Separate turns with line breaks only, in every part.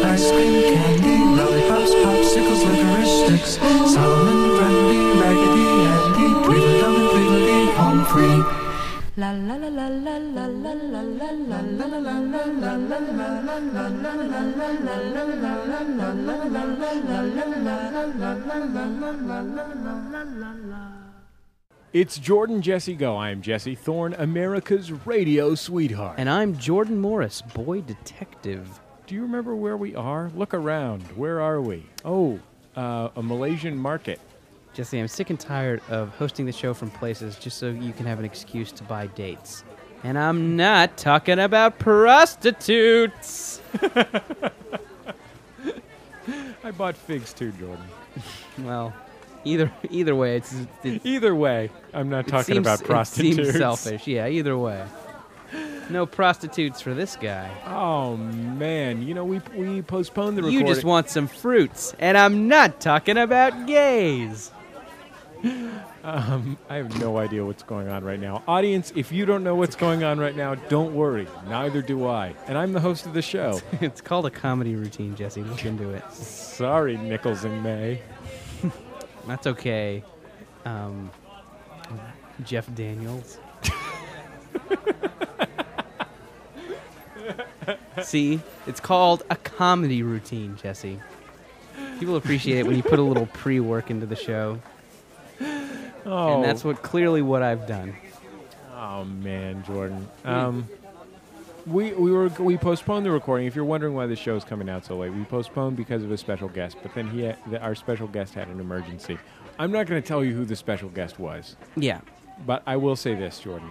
ice cream, candy, lollipops, popsicles, licorice sticks, Solomon, Grundy, Raggedy Andy, Tweedledum and Tweedledee, home free.
La la la la la la la la la la la la la la la la la
It's Jordan Jesse Go. I'm Jesse Thorne, America's radio sweetheart.
and I'm Jordan Morris, boy detective.
Do you remember where we are? Look around. Where are we? Oh, uh, a Malaysian market.
Jesse, I'm sick and tired of hosting the show from places just so you can have an excuse to buy dates. And I'm not talking about prostitutes.
I bought figs too, Jordan.
Well, either either way, it's, it's
Either way, I'm not
it
talking
seems-
about prostitutes.
It seems selfish. Yeah, either way. No prostitutes for this guy.
Oh man, you know we we postponed the recording.
You just want some fruits, and I'm not talking about gays.
Um, I have no idea what's going on right now. Audience, if you don't know what's going on right now, don't worry. Neither do I. And I'm the host of the show.
it's called a comedy routine, Jesse. Look into it.
Sorry, Nichols and May.
That's okay. Um, Jeff Daniels. See, it's called a comedy routine, Jesse. People appreciate it when you put a little pre-work into the show,
Oh,
and that's what clearly what I've done.
Oh man, Jordan. Um, we we were we postponed the recording. If you're wondering why the show is coming out so late, we postponed because of a special guest. But then he, had, the, our special guest, had an emergency. I'm not going to tell you who the special guest was,
Yeah,
but I will say this, Jordan.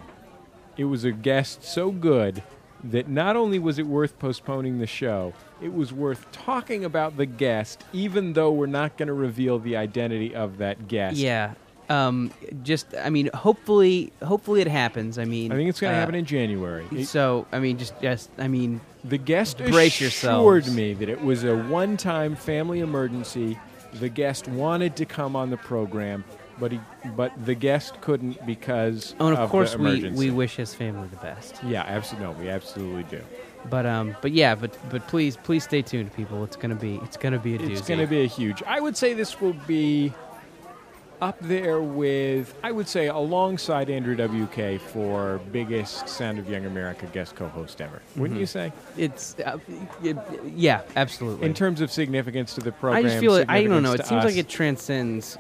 It was a guest so good that not only was it worth postponing the show, it was worth talking about the guest, even though we're not going to reveal the identity of that guest.
yeah. Um, just, I mean, hopefully, hopefully it happens. I mean,
I think it's going to
uh,
happen in January. It-
So, I mean, just, just, I mean,
The guest
Brace
assured
yourselves.
me that it was a one-time family emergency. The guest wanted to come on the program, but he, but the guest couldn't because
oh, and of,
of
course,
the
we
emergency.
we wish his family the best.
yeah, absolutely. No, we absolutely do.
But um, but yeah, but but please please stay tuned, people. It's gonna be it's gonna be a doozy.
It's going to be a huge. I would say this will be up there with I would say alongside Andrew WK for biggest Sound of Young America guest co-host ever.
Mm-hmm.
Wouldn't you say?
It's uh, y- yeah, absolutely.
In terms of significance to the
I
program,
just feel it, I don't know.
significance
It
to
seems like
us,
it transcends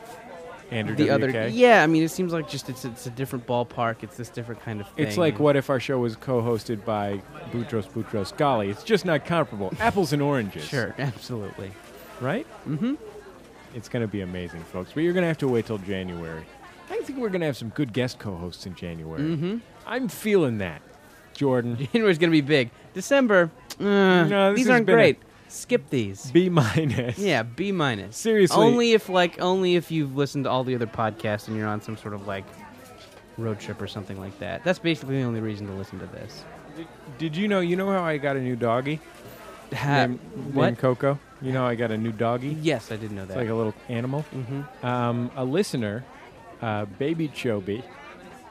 Andrew
the other.
WK.
Yeah, I mean, it seems like just it's it's a different ballpark. It's this different kind of thing.
It's like what if our show was co-hosted by Boutros Boutros Ghali? It's just not comparable. Apples and oranges.
Sure, absolutely.
Right? Mm-hmm. It's going to be amazing, folks. But you're going to have to wait till January. I think we're going to have some good guest co-hosts in January. Mm-hmm. I'm feeling that, Jordan.
January's gonna be big. December. uh,
No, this
these
has
aren't
been a-
great. Skip these.
B minus.
Yeah, B minus.
Seriously.
Only if like only if you've listened to all the other podcasts and you're on some sort of like road trip or something like that. That's basically the only reason to listen to this.
Did, did you know? You know how I got a new doggy
Ha-
named, named
what?
Coco. You know how I got a new doggy.
Yes, I did know that.
It's like a little animal. Mm-hmm. Um, a listener, uh, Baby Chobi.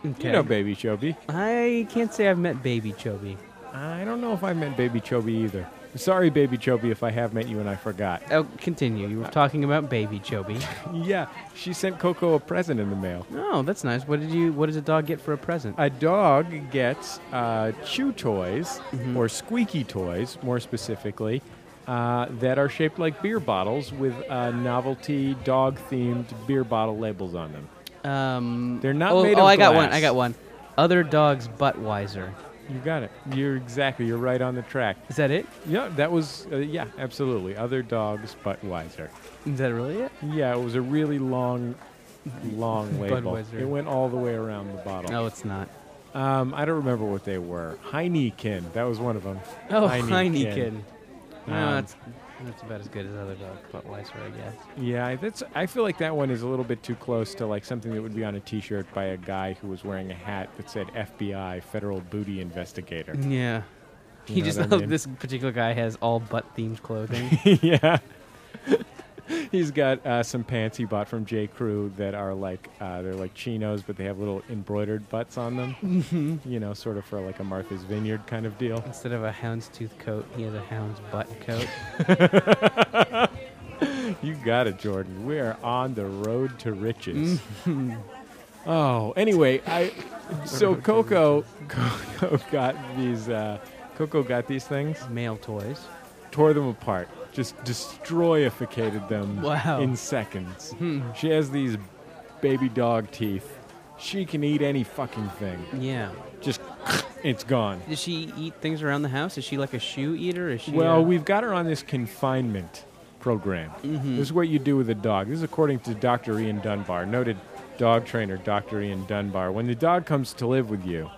Okay.
You know Baby Chobi.
I can't say I've met Baby Chobi.
I don't know if I met Baby Chobi either. Sorry, Baby Chobi, if I have met you and I forgot.
Oh, continue. You were talking about Baby Chobi.
Yeah, she sent Coco a present in the mail.
oh, that's nice. What did you? What does a dog get for a present?
A dog gets uh, chew toys,
Mm-hmm.
or squeaky toys, more specifically, uh, that are shaped like beer bottles with uh, novelty dog themed beer bottle labels on them.
Um,
They're not
Oh,
made
oh,
of
I got one.
glass.
I got one. Other dogs, butt wiser.
You got it. You're exactly, you're right on the track.
Is that it?
Yeah, that was, uh, yeah, absolutely. Other dogs, but wiser.
Is that really it?
Yeah, it was a really long, long label.
Budweiser.
It went all the way around the bottle.
No, it's not.
Um, I don't remember what they were. Heineken, Um, that was one of them.
Oh,
Heineken.
Heineken. No,
Um,
that's That's about as good as other dog Budweiser, I guess.
Yeah, I- that's. I feel like that one is a little bit too close to like something that would be on a T-shirt by a guy who was wearing a hat that said FBI Federal Booty Investigator.
Yeah.
You
He
know
just
what I mean?
this particular guy has all butt themed clothing.
yeah. He's got uh, some pants he bought from J. Crew that are like uh, they're like chinos, but they have little embroidered butts on them. You know, sort of for like a Martha's Vineyard kind of deal.
Mm-hmm. Instead of a houndstooth coat, he has a hound's butt coat.
You got it, Jordan. We are on the road to riches. oh, anyway, I so Coco Coco got these uh, Coco got these things,
Male toys.
tore them apart, just destroyificated them
Wow. Hmm.
in seconds. She has these baby dog teeth. She can eat any fucking thing.
Yeah.
Just it's gone.
Does she eat things around the house? Is she like a shoe eater? Is she
Well,
a-
we've got her on this confinement program. This is what you do with a dog. This is according to Dr. Ian Dunbar, noted dog trainer Dr. Ian Dunbar. When the dog comes to live with you,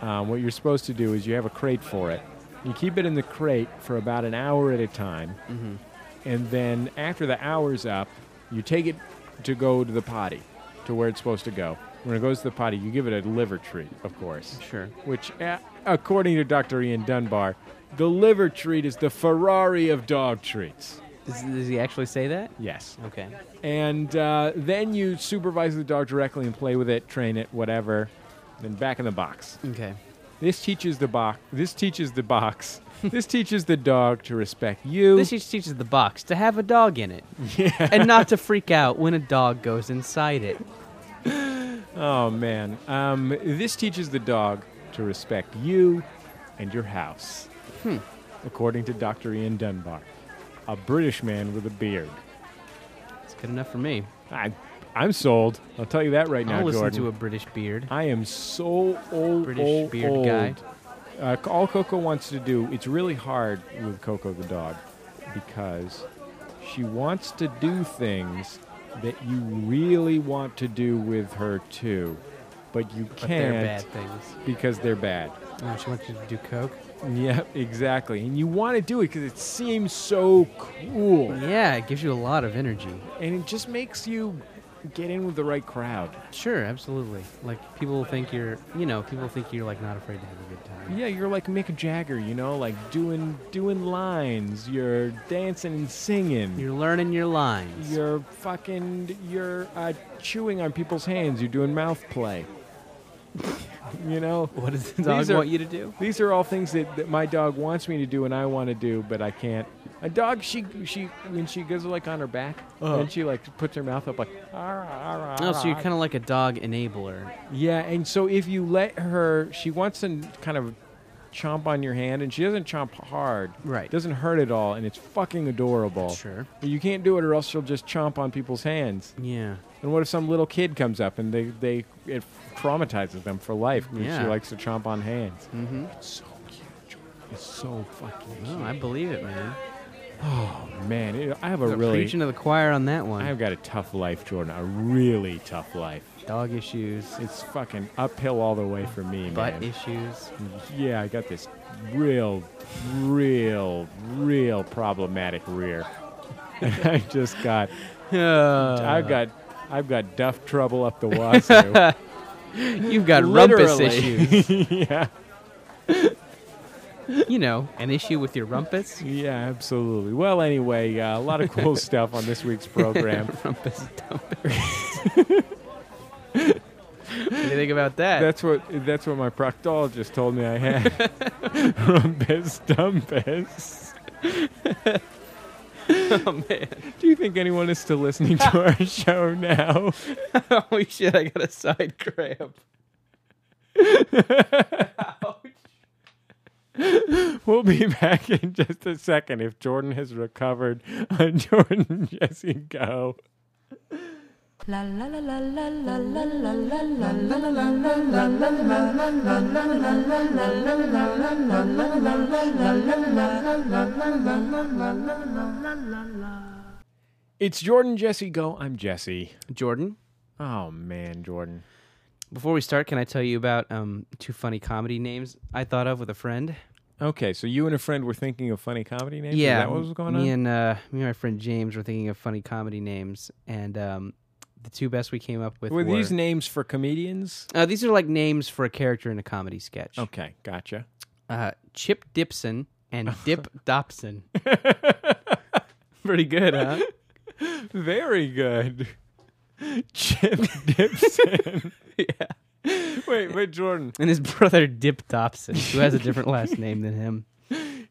um, what you're supposed to do is you have a crate for it. You keep it in the crate for about an hour at a time, and then after the hour's up, you take it to go to the potty, to where it's supposed to go. When it goes to the potty, you give it a liver treat, of course
Sure.
which, uh, according to Dr. Ian Dunbar, the liver treat is the Ferrari of dog treats.
Does, does he actually say that?
Yes.
Okay.
And uh, then you supervise the dog directly and play with it, train it, whatever. Then back in the box.
Okay.
This teaches the box. This teaches the box. this teaches the dog to respect you.
This just teaches the box to have a dog in it. And not to freak out when a dog goes inside it.
oh man. Um, this teaches the dog to respect you and your house.
Hmm.
According to Dr. Ian Dunbar, a British man with a beard.
It's good enough for me.
I, I'm sold. I'll tell you that right
I'll
now,
listen
Jordan.
to a British beard.
I am so old,
British
old,
beard
old.
guy.
Uh, c- all Coco wants to do. It's really hard with Coco the dog because she wants to do things that you really want to do with her too, but you
But they're
can't
bad things.
because they're bad.
Oh, she wants you to do coke.
Yeah, exactly. And you want to do it because it seems so cool,
Yeah, it gives you a lot of energy.
and it just makes you get in with the right crowd.
Sure, absolutely. Like people think you're, you know, people think you're like not afraid to have a good time.
Yeah, you're like Mick Jagger, you know, like doing doing lines. You're dancing and singing. You're,
You're learning your lines.
fucking you're uh, chewing on people's hands. You're doing mouth play. you know,
what does the dog
These are-
want you to do?
these are all things that, that my dog wants me to do and I want to do, but I can't. A dog, she she when she goes like on her back and she like puts her mouth up like. Oh,
Uh-huh. Oh, so you're kind of like a dog enabler.
Yeah, and so if you let her, she wants to n- kind of chomp on your hand, and she doesn't chomp hard.
Right.
Doesn't hurt at all, and it's fucking adorable.
Sure.
But you can't do it, or else she'll just chomp on people's hands.
Yeah.
And what if some little kid comes up and they, they it traumatizes them for life because
Yeah.
she likes to chomp on hands? Mm-hmm. It's so cute. Jordan. It's so fucking cute.
Oh, I believe it, man.
Man, it, I have a
We're
really,
preaching to the choir on that one.
I've got a tough life, Jordan. A really tough life.
dog issues,
It's fucking uphill all the way for me,
butt
man.
issues.
Yeah, I got this real, real, real problematic rear. I just got,
Uh.
I've got, I've got duff trouble up the wazoo.
You've got rumpus
Literally.
issues.
yeah,
you know, an issue with your rumpus.
yeah, absolutely. Well, anyway, uh, a lot of cool stuff on this week's program.
Rumpus dumpus. what do you think about that?
That's what that's what my proctologist told me I had. Rumpus dumpus.
oh, man.
Do you think anyone is still listening to our show now?
Holy shit, I got a side cramp.
We'll be back in just a second if Jordan has recovered on Jordan Jesse Go.
La la la la la la la la la la la.
It's Jordan Jesse Go. I'm Jesse.
Jordan,
Oh man, Jordan.
before we start, can I tell you about um, two funny comedy names I thought of with a friend?
Okay, so you and a friend were thinking of funny comedy names. Is
yeah,
that what was going on?
me and uh, me and my friend James were thinking of funny comedy names, and um, the two best we came up with
were
were,
these names for comedians?
uh, these are like names for a character in a comedy sketch.
Okay, gotcha.
Uh, Chip Dipson and Dip Dobson. Pretty good, huh?
Very good. Chip Dipson. yeah. Wait, but Jordan,
And his brother Dip Dobson, who has a different last name than him.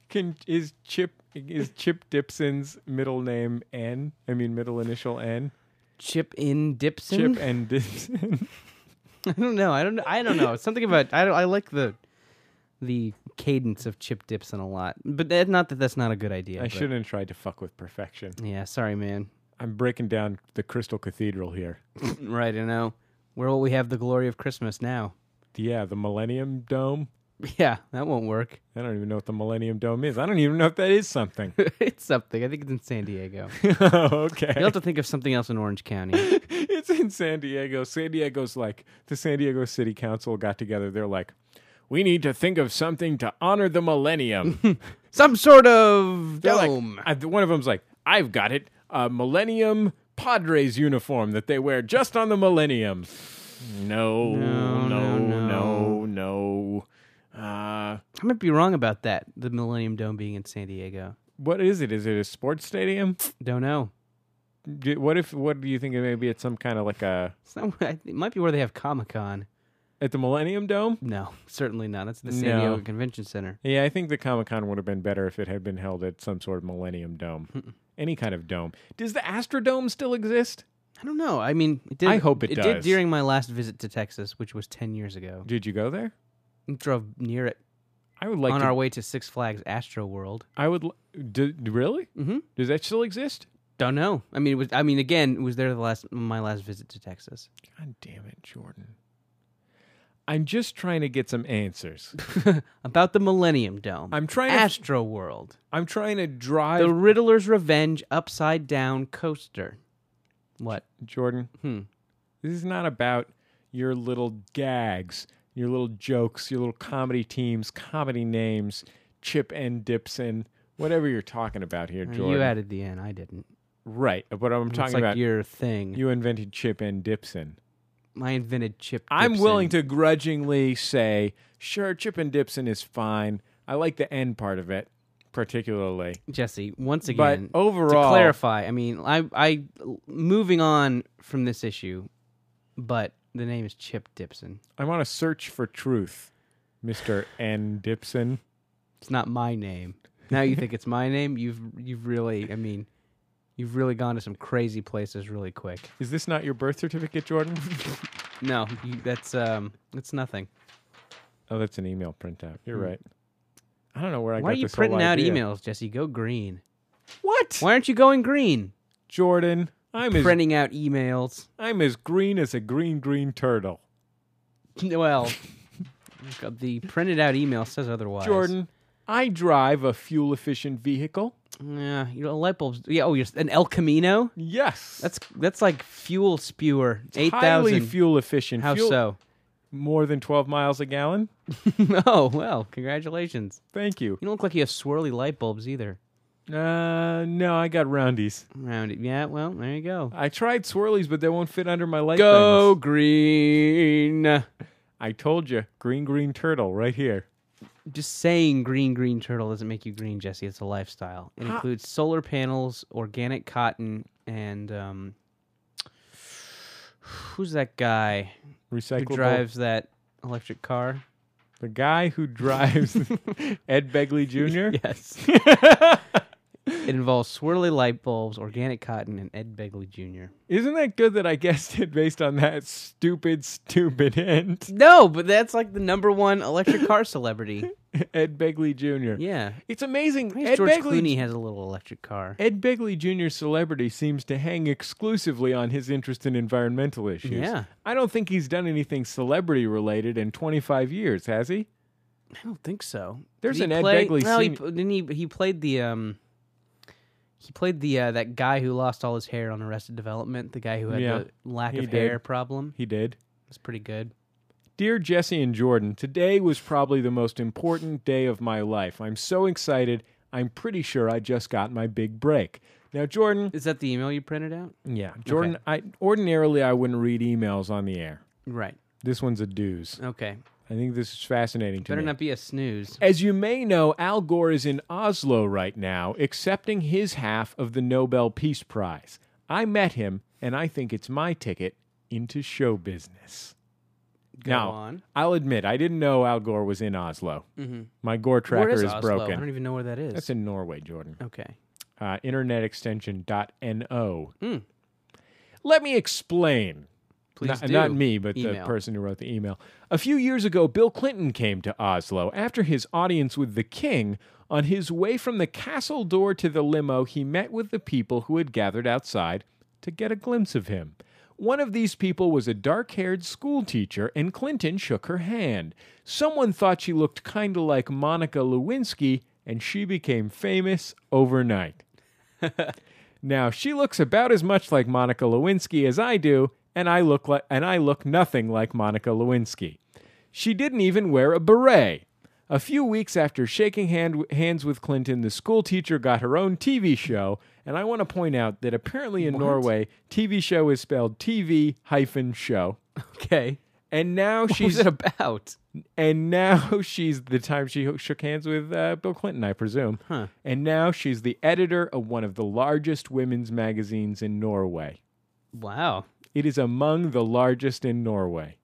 can is Chip is Chip Dipson's middle name N? I mean middle initial N.
Chip in Dipson.
Chip and Dipson.
I don't know. I don't. I don't know. It's something about. I don't, I like the the cadence of Chip Dipson a lot. But that, not that that's not a good idea.
I
but-
shouldn't have tried to fuck with perfection.
Yeah, sorry, man.
I'm breaking down the Crystal Cathedral here.
right, I know. Where will we have the glory of Christmas now?
Yeah, the Millennium Dome.
Yeah, that won't work.
I don't even know what the Millennium Dome is. I don't even know if that is something.
it's something. I think it's in San Diego.
oh, okay.
You'll have to think of something else in Orange County.
it's in San Diego. San Diego's like the San Diego City Council got together. They're like, we need to think of something to honor the millennium.
Some sort of
They're like-
dome.
I- one of them's like, I've got it, a millennium Padres uniform that they wear just on the millennium. No, no, no, no, Oh, no. Uh,
I might be wrong about that. The Millennium Dome being in San Diego.
what is it? Is it a sports stadium?
Don't know.
Do- What if? What do you think? Maybe it's some kind of like a
It's not. It might be where they have Comic Con.
at the Millennium Dome.
No, certainly not. That's the San
No.
Diego Convention Center.
Yeah, I think the Comic Con would have been better if it had been held at some sort of Millennium Dome. Any kind of dome. Does the Astrodome still exist?
I don't know. I mean, it did,
I hope it
did
does.
during my last visit to Texas, which was ten years ago.
Did you go there?
We drove near it
I would like
on
to.
our way to Six Flags Astro World.
I would. l- Do, really?
Mhm.
Does that still exist?
Don't know. I mean, it was. I mean, again, it was there the last my last visit to Texas.
God damn it, Jordan. I'm just trying to get some answers.
About the Millennium Dome.
I'm trying. To,
Astro World.
I'm trying to drive
The Riddler's Revenge upside down coaster. What?
Jordan.
Hmm.
This is not about your little gags, your little jokes, your little comedy teams, comedy names, Chip and Dipson, whatever you're talking about here,
Uh,
Jordan.
You added the N. I didn't.
Right, but I'm
it's
talking
like
about
your thing.
you invented Chip and Dipson.
I invented Chip.
I'm
Dipson.
willing to grudgingly say, sure, Chip and Dipson is fine. I like the end part of it particularly.
Jesse, once again,
overall-
to clarify, I mean, I, I, moving on from this issue, but the name is Chip Dipson.
I want to search for truth, Mister N Dipson.
It's not my name. Now you think it's my name? You've, you've really, I mean, you've really gone to some crazy places really quick.
Is this not your birth certificate, Jordan?
No, you, that's, um, that's nothing.
oh, that's an email printout. You're right. I don't know where I
Hmm. Why are
got
you
this
printing
whole
out
idea.
emails, Jesse? Go green.
What?
Why aren't you going green?
Jordan, I'm as
Printing out emails.
I'm as green as a green green turtle.
Well, the printed out email says otherwise.
Jordan, I drive a fuel efficient vehicle.
Yeah, you know, light bulbs. Yeah, oh, you're s- an El Camino.
Yes.
That's that's like fuel spewer. Eight
highly
thousand.
fuel efficient.
How
Fuel-
so?
More than 12 miles a gallon.
oh well, congratulations.
Thank you.
You don't look like you have swirly light bulbs either.
Uh, no, I got roundies.
Around it. Yeah. Well, there you go.
I tried swirlies, but they won't fit under my light.
Go
things.
green.
I told you, green green turtle right here.
Just saying green, green turtle doesn't make you green, Jesse. It's a lifestyle. It
How-
includes solar panels, organic cotton, and um, who's that guy who
Recyclable.
drives that electric car?
The guy who drives Ed Begley Jr.
Yes. it involves swirly light bulbs, organic cotton, and Ed Begley Jr.
Isn't that good that I guessed it based on that stupid, stupid end?
No, but that's like the number one electric car celebrity.
Ed Begley Jr.
Yeah.
It's amazing.
I guess
Ed
George
Begley
Clooney has a little electric car.
Ed Begley Jr.'s celebrity seems to hang exclusively on his interest in environmental issues.
Yeah.
I don't think he's done anything celebrity related in 25 years, has he?
I don't think so.
There's
Did he
an Ed
play-
Begley
No, he,
sen-
p- didn't he? He played the um. He played the uh, that guy who lost all his hair on Arrested Development. The guy who had
Yeah,
the lack
he
of
did.
hair problem.
He did.
It was pretty good.
Dear Jesse and Jordan, today was probably the most important day of my life. I'm so excited. I'm pretty sure I just got my big break. Now, Jordan,
Is that the email you printed out?
yeah, Jordan, I ordinarily I wouldn't read emails on the air.
Right.
This one's a dooz.
Okay.
I think this is fascinating to
Better
me.
not be a snooze.
As you may know, Al Gore is in Oslo right now accepting his half of the Nobel Peace Prize. I met him, and I think it's my ticket into show business.
Go
now,
on. Mm-hmm.
I'll admit, I didn't know Al Gore was in Oslo. My Gore tracker
where is, Oslo? I don't
broken.
even know where that is.
That's in Norway, Jordan.
okay.
Uh, internet extension dot .no.
Hmm.
Let me explain.
Please
not,
do.
not me, but the
Email.
person who wrote the email. A few years ago, Bill Clinton came to Oslo after his audience with the king. On his way from the castle door to the limo, he met with the people who had gathered outside to get a glimpse of him. One of these people was a dark haired school teacher, and Clinton shook her hand. Someone thought she looked kind of like Monica Lewinsky, and she became famous overnight. Now she looks about as much like Monica Lewinsky as I do, and I look like and I look nothing like Monica Lewinsky. She didn't even wear a beret. A few weeks after shaking hand, hands with Clinton, the school teacher got her own TV show, and I want to point out that apparently in Norway, TV show is spelled TV hyphen show.
Okay.
And now
Who's
she's
it about?
and now she's the time she shook hands with uh, Bill Clinton, I presume. And now she's the editor of one of the largest women's magazines in Norway.
Wow.
It is among the largest in Norway.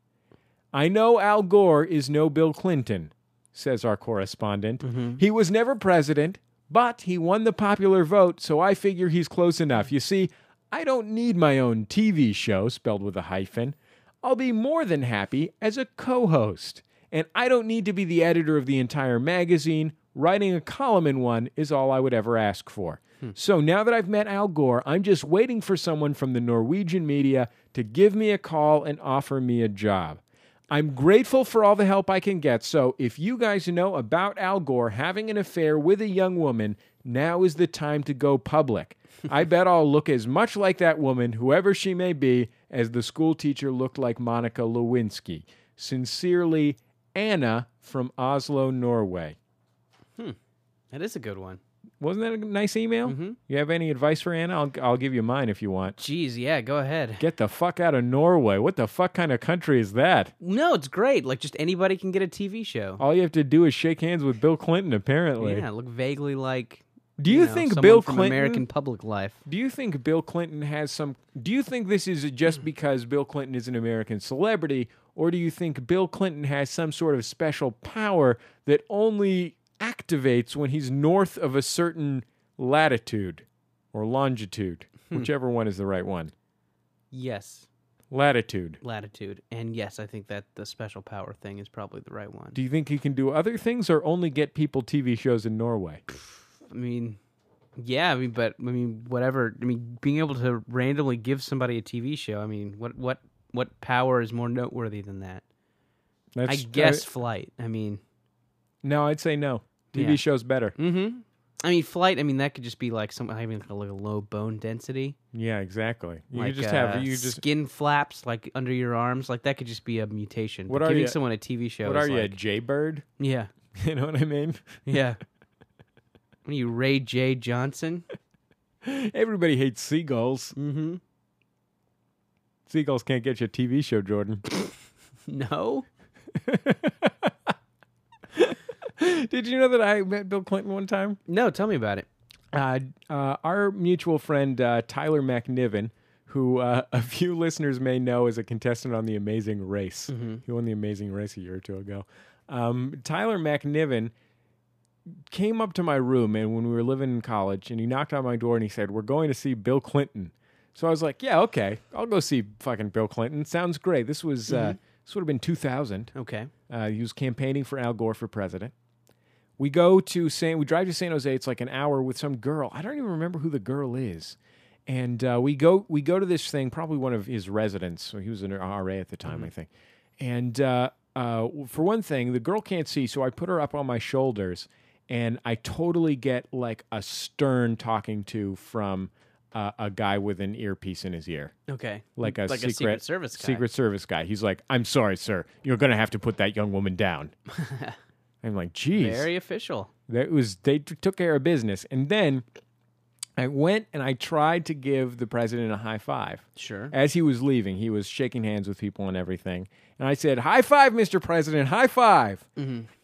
I know Al Gore is no Bill Clinton, says our correspondent. He was never president, but he won the popular vote, so I figure he's close enough. You see, I don't need my own TV show, spelled with a hyphen. I'll be more than happy as a co host. And I don't need to be the editor of the entire magazine. Writing a column in one is all I would ever ask for. So now that I've met Al Gore, I'm just waiting for someone from the Norwegian media to give me a call and offer me a job. I'm grateful for all the help I can get. So, if you guys know about Al Gore having an affair with a young woman, now is the time to go public. I bet I'll look as much like that woman, whoever she may be, as the school teacher looked like Monica Lewinsky. Sincerely, Anna from Oslo, Norway.
Hmm. That is a good one.
Wasn't that a nice email?
Mm-hmm.
You have any advice for Anna? I'll, I'll give you mine if you want.
Jeez, yeah, go ahead.
Get the fuck out of Norway. What the fuck kind of country is that?
No, it's great. Like just anybody can get a TV show.
All you have to do is shake hands with Bill Clinton, apparently.
Yeah, look vaguely like
Do you,
know,
think
someone
Bill
from
Clinton?
American public life.
do you think Bill Clinton has some? Do you think this is just because Bill Clinton is an American celebrity, or do you think Bill Clinton has some sort of special power that only activates when he's north of a certain latitude or longitude,
Hmm.
whichever one is the right one?
Yes,
Latitude.
latitude. And yes, I think that the special power thing is probably the right one.
Do you think he can do other things, or only get people TV shows in Norway?
I mean, yeah, I mean, but I mean, whatever. I mean, being able to randomly give somebody a TV show. I mean, what what what power is more noteworthy than that?
That's,
I guess flight. I mean,
no, I'd say no. TV
Yeah.
shows better.
mm-hmm. I mean, flight. I mean, that could just be like some having like a, like a low bone density.
Yeah, exactly. You
like,
just
uh,
have you just
skin flaps like under your arms. Like that could just be a mutation.
What
But
are
giving
you-
someone a TV show?
What
is
are you, a
like,
Jaybird?
Yeah,
You know what I mean?
yeah. What are you Ray J Johnson?
Everybody hates seagulls. Mm-hmm. Seagulls can't get you a TV show, Jordan.
No.
Did you know that I met Bill Clinton one time?
No, tell me about it.
Uh, uh, our mutual friend uh, Tyler McNiven, who uh, a few listeners may know as a contestant on The Amazing Race,
Mm-hmm.
he won The Amazing Race a year or two ago. Um, Tyler McNiven came up to my room and when we were living in college and he knocked on my door and he said we're going to see bill clinton so i was like yeah okay i'll go see fucking bill clinton sounds great this was uh, this would have been 2000
Okay.
uh, he was campaigning for Al Gore for president. We go to San, we drive to San Jose. It's like an hour with some girl. I don't even remember who the girl is. And uh, we go, we go to this thing, probably one of his residents. He was an RA at the
Mm-hmm.
time, I think. And uh, uh, for one thing, the girl can't see, so I put her up on my shoulders, and I totally get like a stern talking to from uh, a guy with an earpiece in his ear,
Okay.
like a
like
secret
a Secret Service guy.
Secret Service guy. He's like, "I'm sorry, sir. You're gonna have to put that young woman down." I'm like, "Geez,
Very official.
that was they t- took care of business." And then I went and I tried to give the president a high five.
Sure.
As he was leaving, he was shaking hands with people and everything. And I said, High five, Mr. President, high 5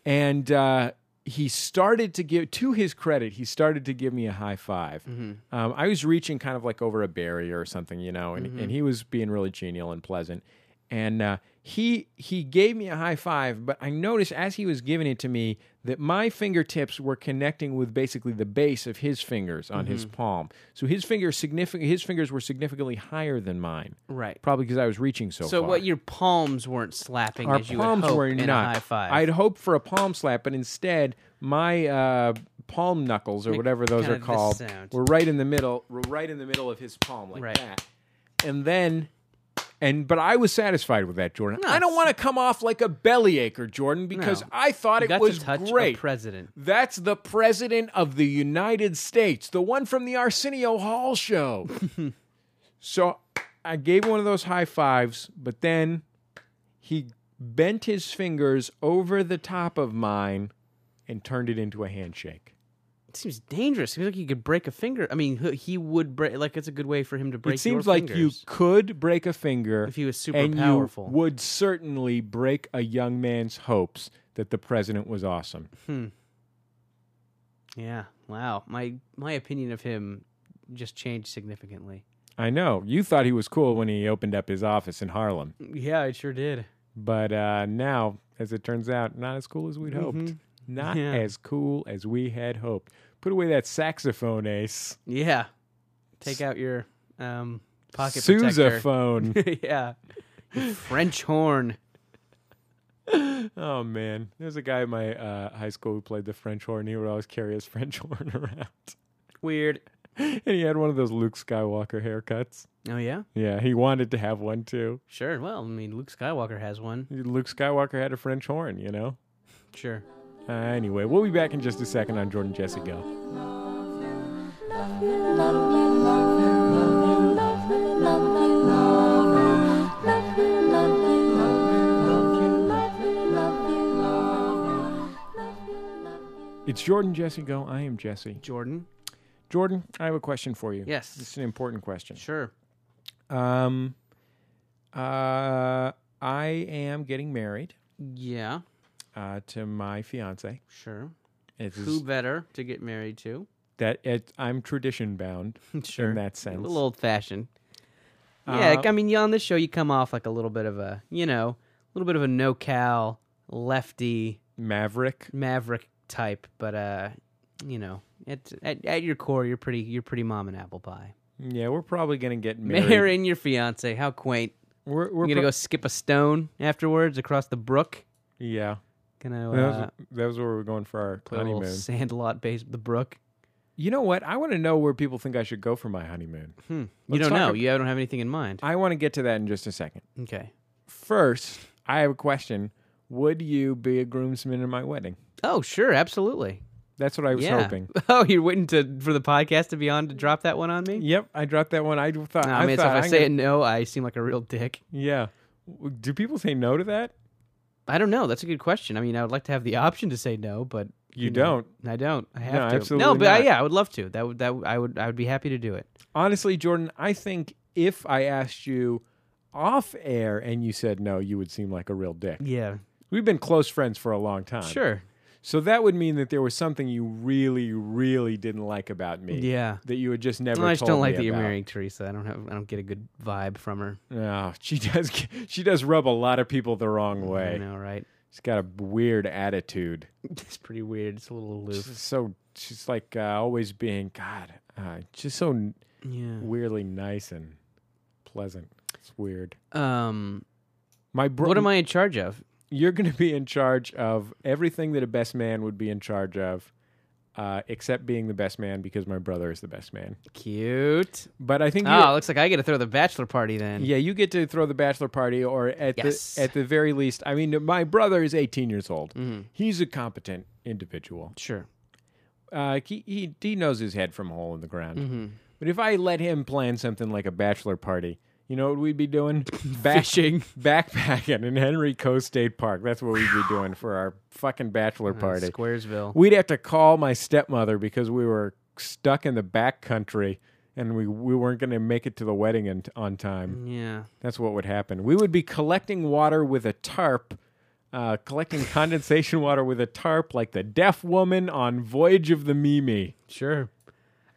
And uh, he started to give, to his credit, he started to give me a high 5 Um, I was reaching kind of like over a barrier or something, you know, and, and he was being really genial and pleasant. And uh, he he gave me a high five, but I noticed as he was giving it to me that my fingertips were connecting with basically the base of his fingers on his palm. So his fingers significant his fingers were significantly higher than mine.
Right.
Probably because I was reaching so,
So
far.
what? Your palms weren't slapping
Our
as you
palms
would hope
were
in
not.
a high five.
I'd hoped for a palm slap, but instead my uh, palm knuckles or
Make
whatever those
kind
are
of this
called
sound.
were right in the middle. Were right in the middle of his palm like
Right.
that, and then. And but I was satisfied with that, Jordan. I don't
Nice.
want to come off like a bellyacher, Jordan, because
No.
I thought
You
it
got
was
to touch
great.
a president.
That's the president of the United States, the one from the Arsenio Hall show. so I gave one of those high fives, but then he bent his fingers over the top of mine and turned it into a handshake.
It seems dangerous. It seems like you could break a finger. I mean, h- he would break. Like it's a good way for him to break.
it seems
your
like you
fingers.
could break a finger
If he was super
and
powerful.
You would certainly break a young man's hopes that the president was awesome.
Yeah. Wow. My my opinion of him just changed significantly.
I know. You thought he was cool when he opened up his office in Harlem.
Yeah, I sure did.
But uh, now, as it turns out, not as cool as we'd hoped. Not
Mm-hmm. Yeah.
as cool as we had hoped. Put away that saxophone, Ace.
Yeah. Take out your um pocket protector.
Sousaphone.
yeah. Your French horn.
oh, man. There's a guy in my uh, high school who played the French horn. He would always carry his French horn around.
Weird.
and he had one of those Luke Skywalker haircuts.
Oh yeah.
Yeah, he wanted to have one too.
Sure. Well, I mean, Luke Skywalker has one.
Luke Skywalker had a French horn, you know?
Sure.
Uh, anyway, we'll be back in just a second on Jordan Jesse Go. It's Jordan Jesse Go. I am Jesse.
Jordan.
Jordan, I have a question for you.
Yes.
It's an important question.
Sure.
Um, uh, I am getting married
Yeah.
uh, to my fiance.
Sure.
It's
Who better to get married to?
that it, I'm tradition bound in that
A
sense.
little old fashioned. Yeah,
Uh,
I mean, on this show, you come off like a little bit of a, you know, a little bit of a no cal lefty
Maverick.
maverick type, but uh, you know, it's at, at your core, you're pretty, you're pretty mom and apple pie.
Yeah, we're probably gonna get married.
Marrying your fiance, how quaint!
We're, we're
We're gonna
pro-
go skip a stone afterwards across the brook.
Yeah,
Gonna
that,
uh,
was, that was where we were going for our
play a little
honeymoon.
sandlot base the brook.
You know what? I want to know where people think I should go for my honeymoon.
Hmm. You
Let's
don't
talk
know.
ab-
you don't have anything in mind.
I want to get to that in just a second.
okay.
First, I have a question. Would you be a groomsman in my wedding?
Oh, sure, absolutely.
That's what I was
Yeah.
hoping.
Oh, you're waiting to for the podcast to be on to drop that one on me?
Yep, I dropped that one. I thought.
No, I mean, so
thought
if I
I'm
say
gonna-
it no, I seem like a real dick.
Yeah. W- Do people say no to that?
I don't know. That's a good question. I mean, I would like to have the option to say no, but
You
know,
don't.
I don't. I have
No,
to.
absolutely
no, but I,
not.
yeah, I would love to. That would that would- I would I would be happy to do it.
Honestly, Jordan, I think if I asked you off air and you said no, you would seem like a real dick.
Yeah,
We've been close friends for a long time.
sure.
So that would mean that there was something you really, really didn't like about me.
Yeah.
That you had just never.
I just
told
don't like
me
that you're
about.
marrying Teresa. I don't have. I don't get a good vibe from her.
Oh, she does. g- She does rub a lot of people the wrong
I
way.
know, right?
She's got a weird attitude.
It's pretty weird. It's a little aloof.
She's so she's like uh, always being God. Uh, just so n-
Yeah.
weirdly nice and pleasant. It's weird.
Um.
My bro,
What am I in charge of?
You're going to be in charge of everything that a best man would be in charge of, uh, except being the best man because my brother is the best man.
Cute.
But I think you-
Oh, looks like I get to throw the bachelor party then.
Yeah, you get to throw the bachelor party, or at
Yes.
the at the very least. I mean, my brother is 18 years old. He's a competent individual.
Mm-hmm. Sure. Mm-hmm.
Uh, he, he he knows his head from a hole in the ground. But if I let him plan something like a bachelor party, you know what we'd be doing? Bashing, backpacking in Henry Coast State Park. That's what we'd be doing for our fucking bachelor party.
Uh, Squaresville.
We'd have to call my stepmother because we were stuck in the back country and we, we weren't going to make it to the wedding in, on time.
Yeah.
That's what would happen. We would be collecting water with a tarp, uh, collecting condensation water with a tarp like the deaf woman on Voyage of the Mimi.
Sure.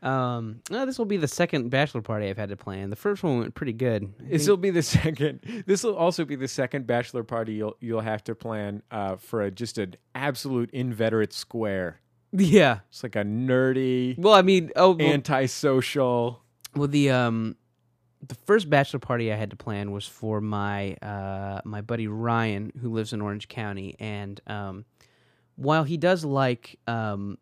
Um, no, this will be the second bachelor party I've had to plan. The first one went pretty good. I
This
think-
will be the second. This will also be the second bachelor party you'll you'll have to plan uh, for a, just an absolute inveterate square.
yeah.
It's like a nerdy,
Well, I mean, oh, well,
antisocial.
well, the um, the first bachelor party I had to plan was for my uh my buddy Ryan who lives in Orange County, and um, while he does like um.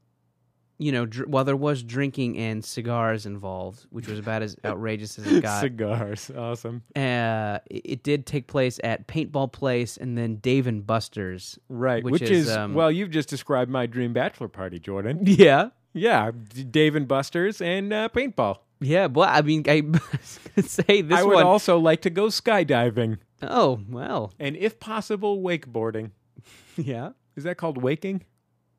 You know, dr- while there was drinking and cigars involved, which was about as outrageous as it got,
Cigars, awesome.
uh, it, it did take place at Paintball Place and then Dave and Buster's.
Right, which,
Which
is,
is, um,
well, you've just described my dream bachelor party, Jordan.
Yeah.
Yeah, D- Dave and Buster's and uh, paintball.
Yeah, well, I mean, I was gonna say this
I would
one.
also like to go skydiving
oh, well,
and, if possible, wakeboarding.
yeah.
Is that called waking?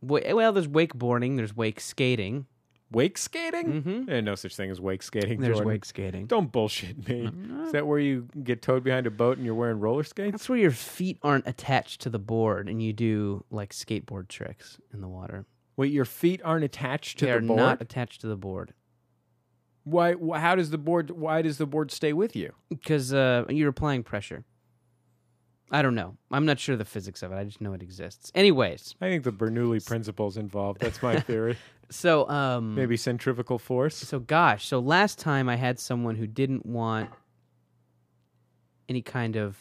Wa- Well, there's wakeboarding, there's wake skating,
Wake skating?
Mhm.
There's no such thing as wake skating.
there's
Jordan.
wake skating.
Don't bullshit me. Is that where you get towed behind a boat and you're wearing roller skates?
That's where your feet aren't attached to the board and you do like skateboard tricks in the water.
Wait, your feet aren't attached to
they
the
are
board.
not attached to the board
Why? wh- How does the board? Why does the board stay with you?
because uh, you're applying pressure. I don't know. I'm not sure the physics of it. I just know it exists. Anyways,
I think the Bernoulli principle's involved. That's my theory.
so um,
Maybe centrifugal force.
So gosh, so last time I had someone who didn't want any kind of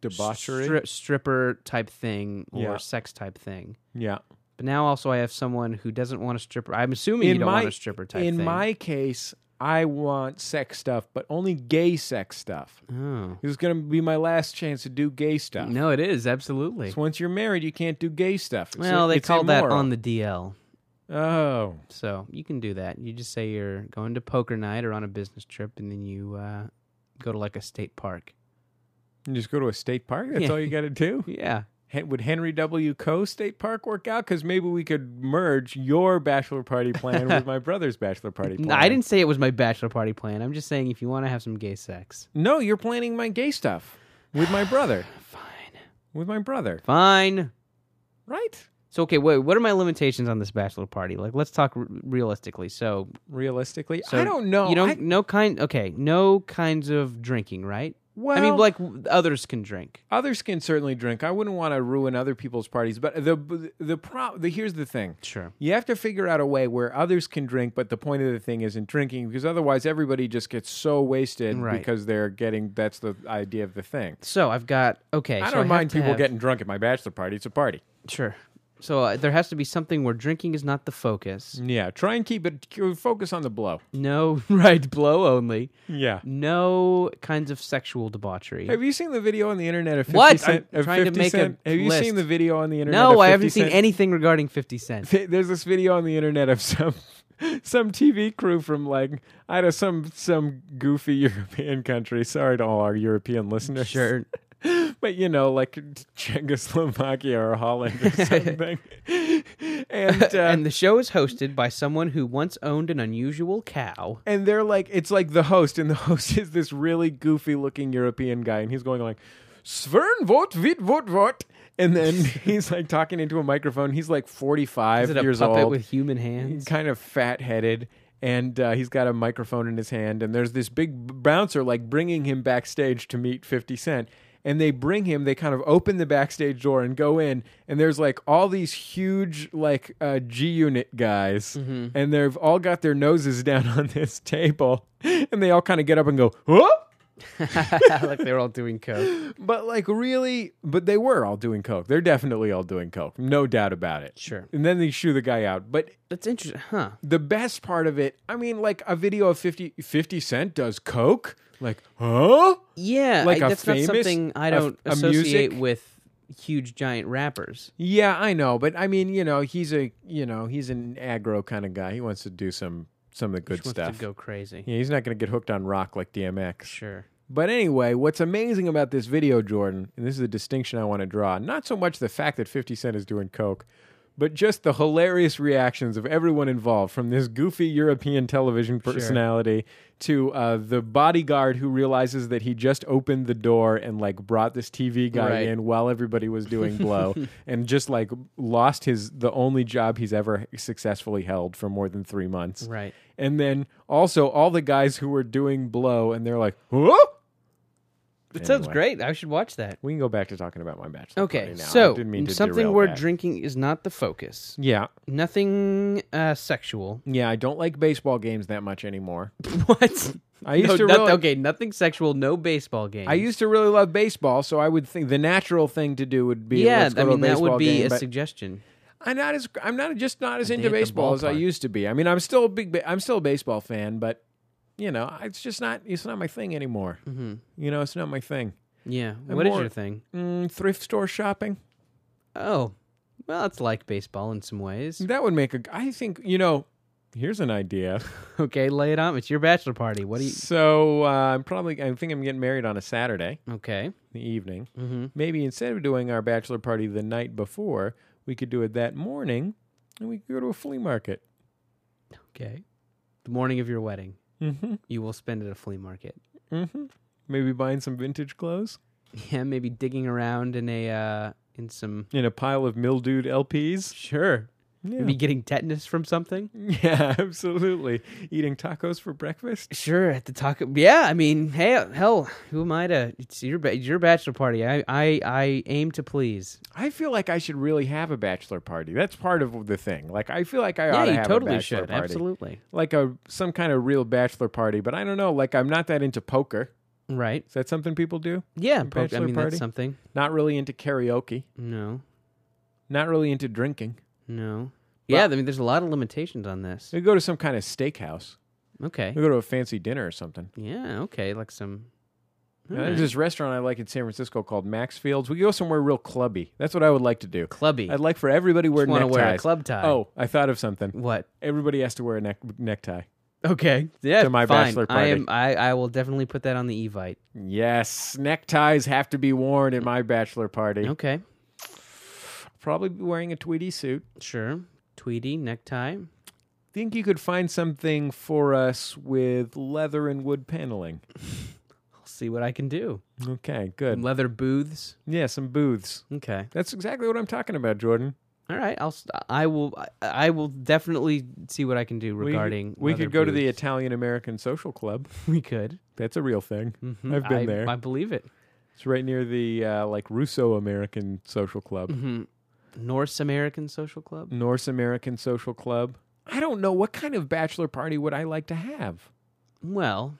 debauchery.
stri- stripper type thing or
Yeah.
sex type thing.
yeah.
But now also I have someone who doesn't want a stripper. I'm assuming you don't want a stripper type
in
thing.
my case, I want sex stuff, but only gay sex stuff.
oh.
This is going to be my last chance to do gay stuff.
No, it is absolutely.
'Cause once you're married, you can't do gay stuff. It's-
well, they
it's
call that
immoral.
on the DL.
Oh,
So, you can do that. You just say you're going to poker night or on a business trip and then you uh, go to like a state park.
you just go to a state park. That's
Yeah.
all you got to do.
Yeah.
Hen- Would Henry W. Co. State Park work out? Because maybe we could merge your bachelor party plan with my brother's bachelor party plan.
No, I didn't say it was my bachelor party plan. I'm just saying if you want to have some gay sex.
No, you're planning my gay stuff with my brother.
Fine.
With my brother,
Fine.
right?
So okay, wait. What are my limitations on this bachelor party? Like, let's talk r- realistically. So,
Realistically,
so
I don't know.
You don't
I-
no kind. Okay, no kinds of drinking, right?
well,
I mean, like w- others can drink.
others can certainly drink. I wouldn't want to ruin other people's parties, but the the pro the here's the thing.
Sure.
You have to figure out a way where others can drink, but the point of the thing isn't drinking because otherwise everybody just gets so wasted
Right.
because they're getting that's the idea of the thing.
So I've got okay.
I
so
don't
have
mind
to
people
have-
getting drunk at my bachelor party. It's a party.
sure. So uh, there has to be something where drinking is not the focus.
Yeah, try and keep it focus on the blow.
No, right? Blow only.
Yeah.
No kinds of sexual debauchery.
Have you seen the video on the internet of 50
What?
Cent-
I'm
of
trying to
50
make a
Cent? Have you seen
list.
the video on the internet?
no,
of
I
50
haven't seen
Cent?
anything regarding Fifty Cent.
Th- There's this video on the internet of some some TV crew from like I don't some some goofy European country. Sorry to all our European listeners.
Sure.
But you know, like Czechoslovakia or Holland or something, and uh,
and the show is hosted by someone who once owned an unusual cow.
and they're like it's like the host and the host is this really goofy looking european guy and he's going like svern vot vit vot vot and then he's like talking into a microphone he's like 45
Is it a
years
puppet
old
with human hands?
kind of fat headed and uh, he's got a microphone in his hand and there's this big b- bouncer like bringing him backstage to meet 50 cent and they bring him they kind of open the backstage door and go in and there's like all these huge like uh, g unit guys
Mm-hmm.
and they've all got their noses down on this table and they all kind of get up and go huh
like they're all doing coke.
but like really, but they were all doing coke. They're definitely all doing coke, no doubt about it.
Sure.
And then they shoo the guy out. But
That's interesting, huh?
the best part of it, I mean, like a video of 50, 50 Cent does coke. Like, huh?
Yeah,
Like
I-
a
that's
famous-
not something I
a-
don't
a
associate
music-
with huge giant rappers.
Yeah, I know, but I mean, you know, he's a you know he's an aggro kind of guy. He wants to do some some of the good
Just wants
stuff.
to go crazy.
Yeah, he's not going to get hooked on rock like DMX.
Sure.
But anyway, what's amazing about this video, Jordan, and this is a distinction I want to draw, not so much the fact that 50 Cent is doing Coke, but just the hilarious reactions of everyone involved, from this goofy European television personality to uh, the bodyguard who realizes that he just opened the door and like brought this TV guy
Right.
in while everybody was doing blow and just like lost his the only job he's ever successfully held for more than three months.
Right.
And then also all the guys who were doing blow and they're like, whoa.
That sounds
Anyway.
great. I should watch that.
We can go back to talking about my bachelor.
Okay,
party now. I
so
didn't mean to
something
derail
we're
that.
drinking is not the focus.
Yeah,
Nothing uh, sexual.
yeah. I don't like baseball games that much anymore.
What?
I used
No,
to
noth-
really,
okay, nothing sexual. No baseball game.
I used to really love baseball, so I would think the natural thing to do would be
yeah.
Let's go
I
to a
mean, that would
baseball
be
game,
a
but
suggestion.
I'm not as I'm not just not as
A day
into
at the
baseball as I
ballpark.
used to be. I mean, I'm still a big. ba- I'm still a baseball fan, but you know, it's just not. It's not my thing anymore. Mm-hmm. You know, it's not my thing.
Yeah. What is
more-
your thing?
Mm, thrift store shopping.
Oh, well, it's like baseball in some ways.
That would make a. I think you know. Here's an idea.
Okay, lay it on. It's your bachelor party. What do you?
So uh, I'm probably. I think I'm getting married on a Saturday.
Okay. Mm-hmm.
the evening. Maybe instead of doing our bachelor party the night before, we could do it that morning and we could go to a flea market.
Okay. The morning of your wedding,
Mm-hmm.
you will spend at a flea market.
Mm-hmm. Maybe buying some vintage clothes
Yeah, maybe digging around in a uh, in some.
in a pile of mildewed LPs.
Sure.
Yeah,
Maybe getting tetanus from something.
yeah absolutely. Eating tacos for breakfast.
Sure, at the taco. Yeah, I mean, hey, hell, who am I to? It's your ba- your bachelor party. I I I aim to please.
I feel like I should really have a bachelor party. That's part of the thing. Like I feel like I ought
yeah,
to
you
have a
totally
bachelor
should.
party.
Absolutely.
Like a some kind of real bachelor party, but I don't know. Like I'm not that into poker.
Right.
Is that something people do?
Yeah. poke- I
bachelor
mean,
party?
that's something.
Not really into karaoke.
No.
not really into drinking.
No. Yeah, I mean, there's a lot of limitations on this.
We go to some kind of steakhouse.
Okay.
We go to a fancy dinner or something.
Yeah. Okay. Like some.
You know,
All
There's
right.
this restaurant I like in San Francisco called Maxfield's. We go somewhere real clubby. That's what I would like to do.
clubby.
I'd like for everybody to wear
Just wanna
neckties.
wear a club tie.
Oh, I thought of something.
What?
Everybody has to wear a neck necktie.
Okay. Yeah.
To my
fine.
bachelor
I
party.
am. I, I will definitely put that on the Evite.
Yes, neckties have to be worn at my bachelor party.
Okay.
Probably be wearing a Tweety suit.
Sure. Tweety necktie.
Think you could find something for us with leather and wood paneling?
I'll see what I can do.
Okay, good.
Leather booths.
Yeah, some booths.
Okay.
That's exactly what I'm talking about, Jordan.
All right. I'll. s- I will. I- I will definitely see what I can do
We could-
regarding.
we
leather
could go to the
booths.
Italian American Social Club.
we could.
That's a real thing.
Mhm.
I've been
I-
there.
I believe it.
It's right near the uh, like Russo American Social Club,
Mm-hmm. Norse American Social Club.
Norse American Social Club. I don't know what kind of bachelor party would I like to have.
Well,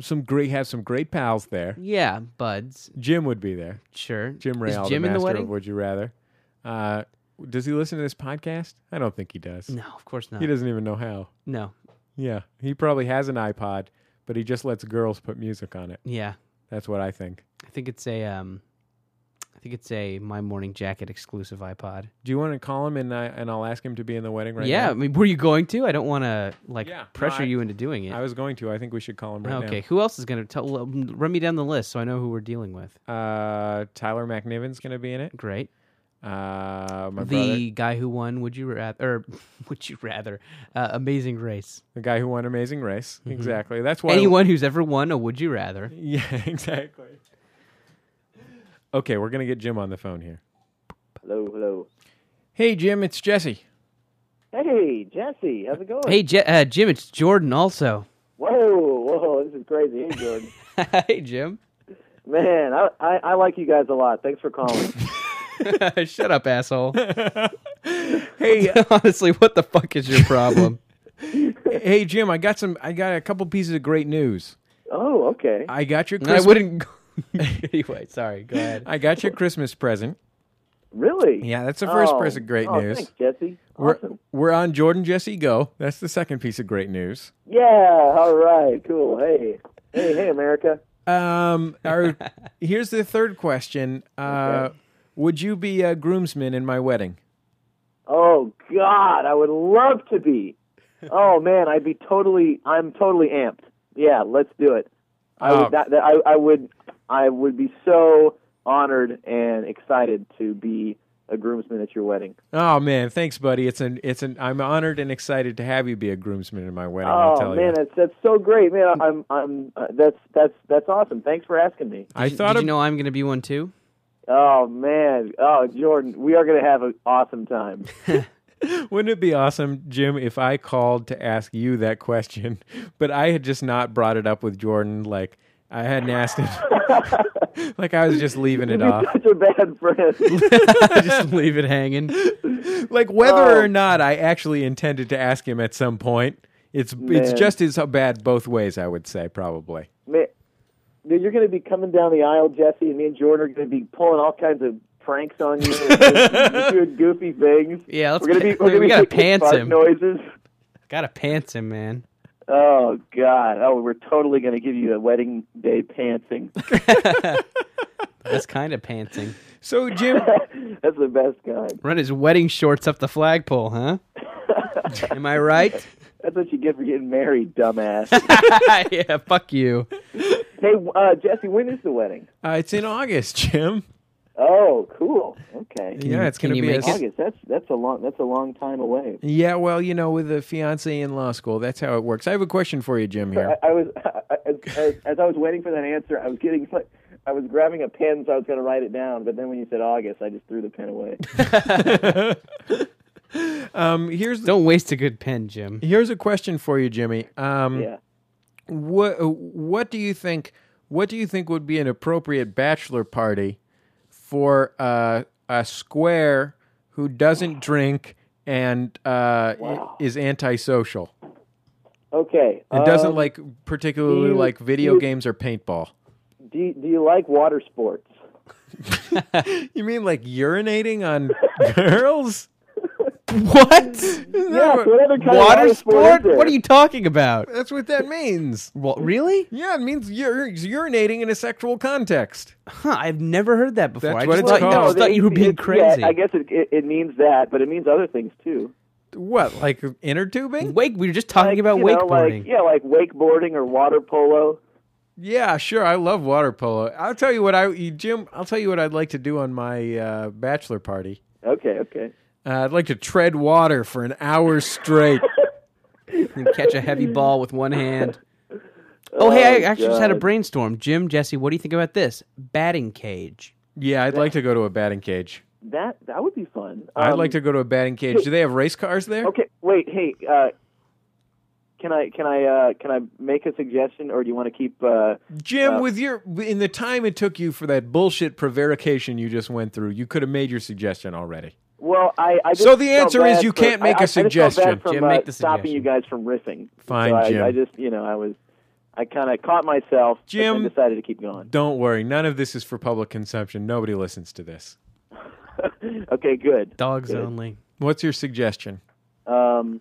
Some great have some great pals there.
yeah, buds.
Jim would be there.
Sure.
Jim Ray,
Is Jim
the
in
master
the
of
wedding?
Would You Rather. Uh, does he listen to this podcast? I don't think he does.
No, of course not.
He doesn't even know how.
No.
Yeah, he probably has an iPod, but he just lets girls put music on it.
Yeah.
That's what I think.
I think it's a um I think it's a my morning jacket exclusive iPod.
Do you want to call him and I, and I'll ask him to be in the wedding right
yeah,
now?
I mean, were you going to? I don't want to like
Yeah, no,
pressure
I-
you into doing it.
I was going to. I think we should call him right
okay, who else is going to tell l- run me down the list so I know who we're dealing with?
now. Uh, Tyler McNiven's going to be in it.
Great.
Uh, my
the
brother,
guy who won would you rather or would you rather uh, amazing race.
the guy who won Amazing Race. Exactly. That's why.
Mm-hmm. Anyone who's ever won a would you rather.
Yeah, exactly. Okay, we're going to get Jim on the phone here.
Hello, hello.
Hey, Jim, it's Jesse.
Hey, Jesse, how's it going?
Oh.
Hey Je- uh, Jim, it's Jordan also.
Whoa, whoa, this is crazy. Hey, Jordan.
hey Jim.
Man, I, I, I like you guys a lot. Thanks for calling.
Shut up asshole.
Hey, uh,
Honestly, what the fuck is your problem?
hey, Jim, I got some. I got a couple pieces of great news.
oh, okay.
I got your.
And I
Christmas,
wouldn't. Go- anyway, sorry. Go ahead.
I got your Christmas present.
Really?
Yeah, that's the first
oh,
person great
oh,
news.
Thanks, Jesse.
We're,
Awesome.
we're on Jordan Jesse Go. That's the second piece of great news.
Yeah, all right, cool. Hey, hey, hey, America.
Um, our, here's the third question. Uh,
Okay.
Would you be a groomsman in my wedding?
Oh, God, I would love to be. oh man, I'd be totally. I'm totally amped. Yeah, let's do it. I
Um,
Oh.
would. That, that, I, I would. I would be so honored and excited to be a groomsman at your wedding.
Oh man, thanks, buddy. It's an it's an. I'm honored and excited to have you be a groomsman in my wedding. I'll
Oh
tell
man,
you.
that's that's so great, man. I'm I'm uh, that's that's that's awesome. Thanks for asking me.
I
Did
thought
you
of,
know I'm going to be one too?
Oh man, oh Jordan, we are gonna have an awesome time.
wouldn't it be awesome, Jim, if I called to ask you that question, but I had just not brought it up with Jordan. Like I hadn't asked him. like I was just leaving it off,
Such a bad friend.
Just leave it hanging.
like whether
Oh.
or not I actually intended to ask him at some point. It's it's
Man.
just as bad both ways. I would say probably.
man, dude, you're gonna be coming down the aisle, Jesse, and me and Jordan are gonna be pulling all kinds of pranks on you, and doing goofy things.
Yeah, let's
we're gonna
pa-
be we're
we
gonna
gotta
be making
pants
fart
him.
noises.
Got to pants him, man.
Oh God! Oh, we're totally gonna give you a wedding day pantsing.
That's kind of pantsing.
So Jim,
That's the best kind.
Run his wedding shorts up the flagpole, huh? Am I right?
That's what you get for getting married, dumbass.
yeah, fuck you.
hey, uh, Jesse, when is the wedding?
uh, it's in August, Jim.
Oh, cool. Okay.
yeah,
you-
it's
can
going to
you
be a
make it?
s-
August. That's that's a long that's a long time away.
Yeah, well, you know, with a fiance in law school, that's how it works. I have a question for you, Jim. Here,
I, I was I, as, as, as I was waiting for that answer, I was getting like I was grabbing a pen so I was going to write it down, but then when you said August, I just threw the pen away.
um, here's
Don't waste a good pen, Jim.
here's a question for you, Jimmy. Um,
Yeah.
what what do you think? What do you think would be an appropriate bachelor party for uh, a square who doesn't drink and uh,
Wow.
is antisocial
Okay.
and doesn't
um,
like particularly
you-
like video
you-
games or paintball?
Do you, do you like water sports?
You mean like urinating on girls?
What?
Yeah. So what other kind
Water
of water
sport?
Is
What are you talking about?
That's what that means.
What, really?
Yeah, it means you're urinating in a sexual context.
Huh? I've never heard that before.
That's
I
what
just
it's
thought,
called.
I just
No,
thought you were being crazy.
Yeah, I guess it, it it means that, but it means other things too.
What, like inner tubing?
Wake. We were just talking
Like,
about
you know,
wakeboarding.
like, yeah, like wakeboarding or water polo.
Yeah, sure. I love water polo. I'll tell you what I, you- Jim. I'll tell you what I'd like to do on my uh, bachelor party.
Okay. Okay.
Uh, I'd like to tread water for an hour straight.
You can catch a heavy ball with one hand. Oh, hey! I
Oh,
actually just had a
God.
brainstorm. Jim, Jesse, what do you think about this batting cage?
yeah, I'd like to go to a batting cage.
That that would be fun.
I'd
Um,
like to go to a batting cage. Do they have race cars there?
Okay, wait, hey, uh, can I can I uh, can I make a suggestion, or do you want to keep? Uh,
Jim, with your in the time it took you for that bullshit prevarication you just went through, you could have made your suggestion already.
well, I, I just
So the
felt
answer is
bad
you
for-
can't make
I-
a
I- I just felt
suggestion.
bad from,
Jim, make
uh,
the
stopping
suggestion.
you guys from riffing.
Fine,
so I,
Jim.
I just you know I was I kind of caught myself. but
Jim.
then decided to keep going.
Don't worry, none of this is for public consumption. Nobody listens to this.
okay, good.
Dogs
Good.
only.
What's your suggestion?
Um,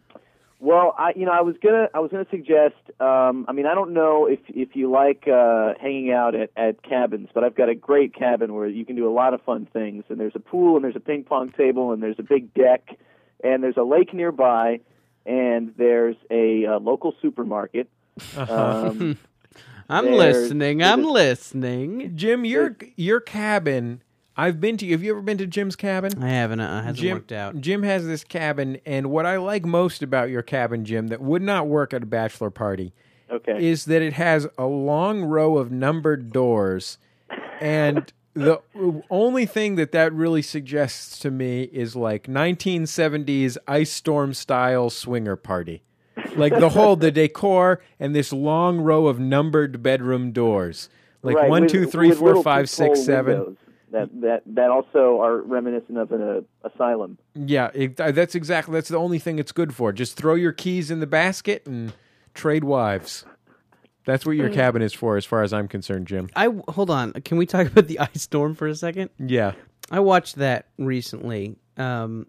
well, I you know I was gonna I was gonna suggest. Um, I mean I don't know if if you like uh, hanging out at, at cabins, but I've got a great cabin where you can do a lot of fun things. And there's a pool, and there's a ping pong table, and there's a big deck, and there's a lake nearby, and there's a uh, local supermarket.
Uh-huh.
Um,
Uh-huh. I'm
There's-
listening. I'm listening.
Jim, your your cabin. I've been to. Have you ever been to Jim's cabin?
I haven't. Uh, hasn't
Jim,
worked out.
Jim has this cabin, and what I like most about your cabin, Jim, that would not work at a bachelor party,
okay.
is that it has a long row of numbered doors, and the only thing that that really suggests to me is like 1970s ice storm style swinger party. Like the whole the decor and this long row of numbered bedroom doors. Like
Right,
one,
with-
two, three,
with
four,
little
five, six,
peephole
seven.
windows That that that also are reminiscent of an uh, asylum.
Yeah, it, uh, that's exactly that's the only thing it's good for. Just throw your keys in the basket and trade wives. That's what
Mm.
your cabin is for, as far as I'm concerned, Jim.
I hold on. Can we talk about the ice storm for a second?
Yeah,
I watched that recently, um,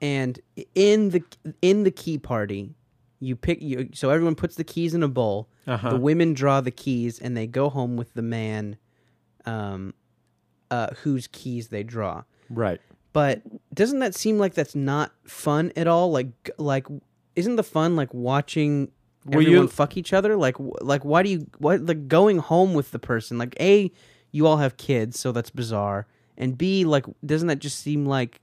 and in the in the key party, you pick you. So everyone puts the keys in a bowl.
Uh-huh.
The women draw the keys, and they go home with the man, um, uh, whose keys they draw.
right.
But doesn't that seem like that's not fun at all? Like like isn't the fun like watching
Well,
everyone
you-
fuck each other? Like, wh- like why do you what like going home with the person? Like, a you all have kids, so that's bizarre. And b like doesn't that just seem like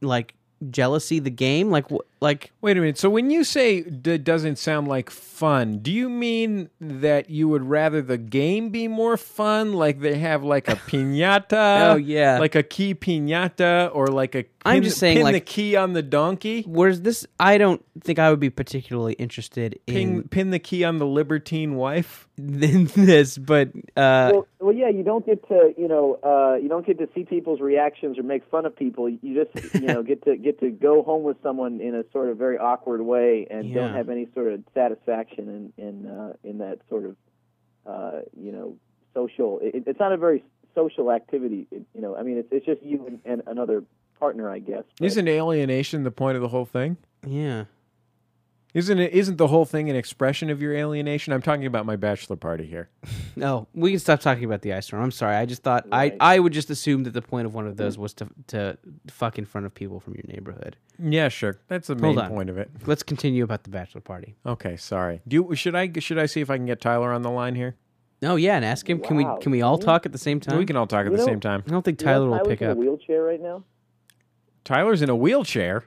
like jealousy? The game, like wh- like
Wait a minute. So when you say d- doesn't sound like fun, do you mean that you would rather the game be more fun, like they have like a piñata?
Oh, yeah.
like a key piñata, or like a
I'm
pin-
just saying,
pin
like-
the key on the donkey,
whereas this, I don't think I would be particularly interested
pin
in
pin the key on the libertine wife.
in this, but uh,
well, well, yeah, you don't get to, you know, uh, you don't get to see people's reactions or make fun of people. You just, you know, get to get to go home with someone in a sort of very awkward way and
Yeah.
don't have any sort of satisfaction in in uh, in that sort of, uh, you know, social. It, it's not a very social activity. It, you know, I mean, it's it's just you and, and another partner, I guess. but-
Isn't alienation the point of the whole thing?
yeah.
Isn't it? Isn't the whole thing an expression of your alienation? I'm talking about my bachelor party here.
No, Oh, we can stop talking about the ice storm. I'm sorry. I just thought
Right.
I, I would just assume that the point of one of those was to to fuck in front of people from your neighborhood.
Yeah, sure. That's the main
Hold on.
point of it.
Let's continue about the bachelor party.
Okay, sorry. Do you, should I should I see if I can get Tyler on the line here?
Oh yeah, and ask him. Can we
Wow,
can we all talk at the same time?
We can all talk at
You
the
know-
same time.
I don't think
You know
Tyler will
Tyler's
pick
in
up.
a wheelchair right now.
Tyler's in a wheelchair.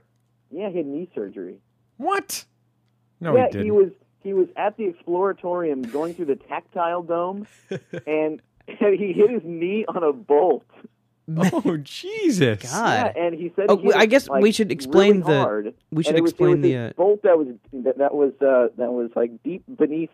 Yeah, he had knee surgery.
What? No,
yeah,
he didn't.
was he was at the exploratorium going through the tactile dome, and, and he hit his knee on a bolt.
oh Jesus!
God.
Yeah, and he said,
Oh,
he hit
I
it,
guess
like,
we should explain
really
the-
hard.
we should
And it was- it
explain
was
the,
this
uh,
bolt that was that, that was uh, that was like deep beneath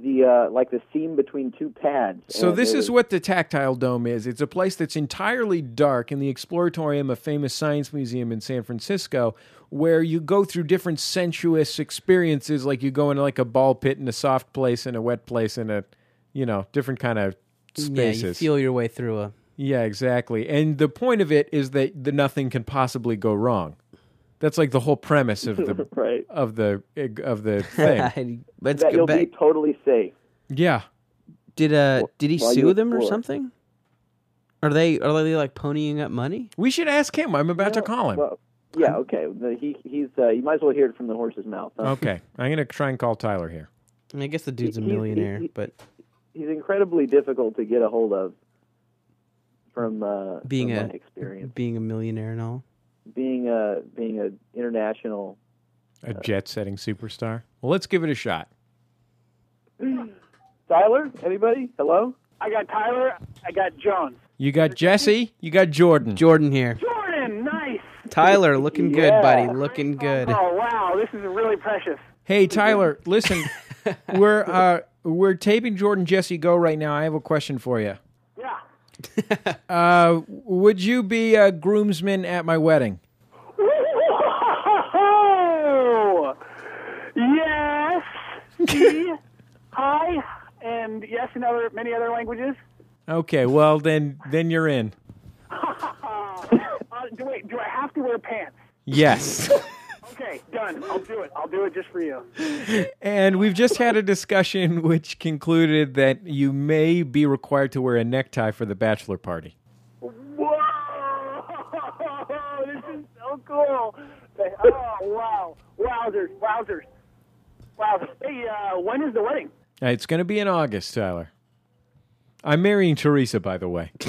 the uh, like the seam between two pads.
So
and
this
it
is
was-
what the tactile dome is. It's a place that's entirely dark in the exploratorium, a famous science museum in San Francisco, where you go through different sensuous experiences, like you go into like a ball pit in a soft place and a wet place and a, you know, different kind of
Yeah, you
spaces.
feel your way through a.
Yeah, exactly. And the point of it is that the nothing can possibly go wrong. That's like the whole premise of the
right
of the of the thing.
Let's
that
go
you'll
back.
be totally safe.
yeah.
Did uh did he
while you
sue them or
explore.
something? Are they are they like ponying up money?
We should ask him. I'm about to call him.
Well, yeah, okay. The, he he's uh, you might as well hear it from the horse's mouth. huh?
Okay. I'm going to try and call Tyler here.
I, mean, I guess the dude's a
He- he-
millionaire,
he-
but
he's incredibly difficult to get a hold of from uh,
Being
from
a-
my experience
being a millionaire and all.
being a being an international
A jet setting superstar. Well, let's give it a shot.
Tyler anybody hello
I got Tyler. I got Jones.
You got Jesse, you got Jordan.
Jordan here.
Jordan, nice.
Tyler, looking good,
Yeah.
buddy. Looking good.
Oh wow, this is really precious.
Hey Tyler, listen. we're uh we're taping Jordan Jesse Go right now. I have a question for you.
Yeah.
Uh would you be a groomsman at my wedding?
yes. E. Hi. And yes, in other many other languages.
Okay, well then then you're in.
Uh, do, wait, do I have to wear pants?
Yes.
Okay, done. I'll do it. I'll do it just for you.
And we've just had a discussion which concluded that you may be required to wear a necktie for the bachelor party.
Whoa! This is so cool. Oh wow! Wowzers! Wowzers! Wow. Hey, uh, when is the wedding?
Uh, It's going to be in August, Tyler. I'm marrying Teresa, by the way.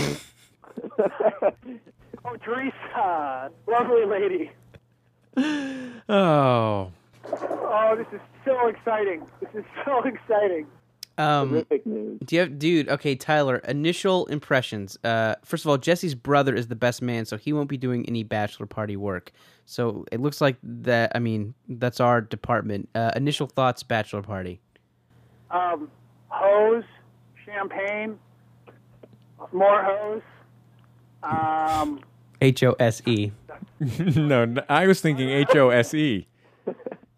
Oh, Teresa, lovely lady.
Oh,
Oh, this is so exciting. This is so exciting.
Um,
Big news
do you have, dude? Okay, Tyler. Initial impressions. Uh, first of all, Jesse's brother is the best man, so he won't be doing any bachelor party work. So it looks like that. I mean, that's our department. Uh, initial thoughts, bachelor party.
Um, hose, champagne, more hose. Um,
H O S E.
no, n- I was thinking H O S E.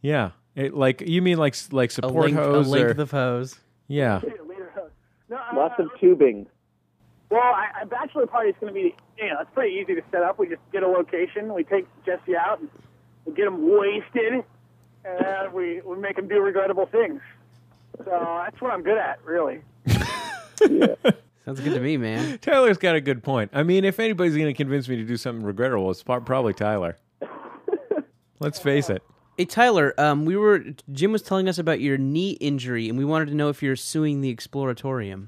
Yeah. It, like you mean like s- like
A
support
length, a
hose or-
length of hose.
yeah
later hose. No, uh,
lots of tubing
Well, I, a bachelor party is going to be, you know, it's pretty easy to set up. We just get a location, we take Jesse out, and we get him wasted, and then we, we make him do regrettable things. So that's what I'm good at, really.
Sounds good to me, man.
Tyler's got a good point I mean if anybody's gonna convince me to do something regrettable it's par- probably Tyler let's face it
Hey Tyler, um, we were Jim was telling us about your knee injury, and we wanted to know if you're suing the Exploratorium.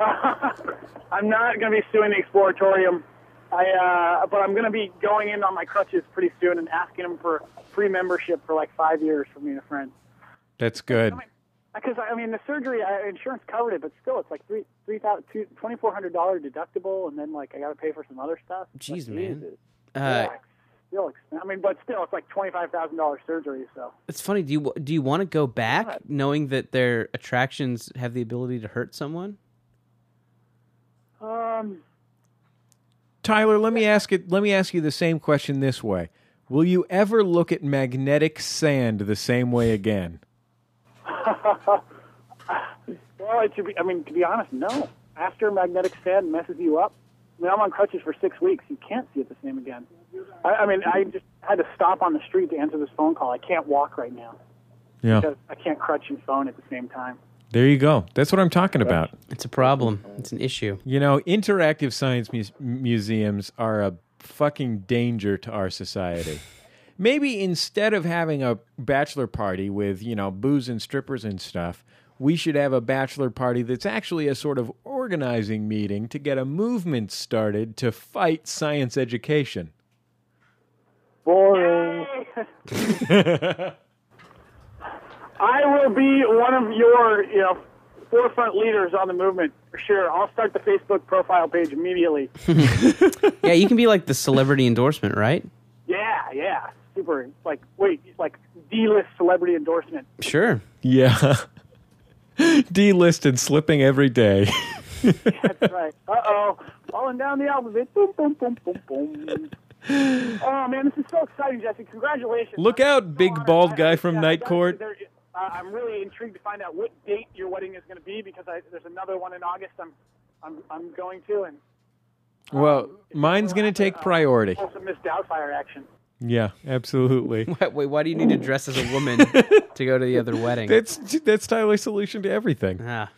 I'm not going to be suing the Exploratorium, I, uh, but I'm going to be going in on my crutches pretty soon and asking them for free membership for like five years for me and a friend.
That's good.
Because I mean, the surgery I, insurance covered it, but still, it's like three three thousand two twenty four hundred dollar deductible, and then like I got to pay for some other stuff.
Jeez,
like,
man.
Jesus.
Uh,
Yeah, it's still expensive. I mean, but still, it's like twenty five thousand dollar surgery. So
It's funny. Do you do you want to go back, knowing that their attractions have the ability to hurt someone?
um,
Tyler, let me ask it. Let me ask you the same question this way: Will you ever look at magnetic sand the same way again?
well, it should be. I mean, to be honest, no. After magnetic sand messes you up, I mean, I'm on crutches for six weeks. You can't see it the same again. I, I mean, I just had to stop on the street to answer this phone call. I can't walk right now
Yeah.
because I can't crutch and phone at the same time.
There you go. That's what I'm talking about.
It's a problem. It's an issue.
You know, interactive science mus- museums are a fucking danger to our society. Maybe instead of having a bachelor party with, you know, booze and strippers and stuff, we should have a bachelor party that's actually a sort of organizing meeting to get a movement started to fight science education.
Boring.
I will be one of your, you know, forefront leaders on the movement for sure. I'll start the Facebook profile page immediately.
Yeah, you can be like the celebrity endorsement, right?
yeah, yeah, super. Like, wait, like D-list celebrity endorsement.
Sure.
Yeah. Delisted slipping every day.
That's right. Uh oh, falling down the alphabet. Boom, boom, boom, boom, boom. Oh man, this is so exciting, Jesse! Congratulations!
Look
I'm
out,
so
big
honored.
bald
I-
guy from
yeah,
Night
I-
Court.
there- uh, I'm really intrigued to find out what date your wedding is going to be because I, there's another one in August. I'm, I'm, I'm going to, and
Well, mine's going to take priority.
also Miss Doubtfire action.
Yeah, absolutely.
Wait, why do you need to dress as a woman to go to the other wedding?
That's that's Tyler's solution to everything.
ah,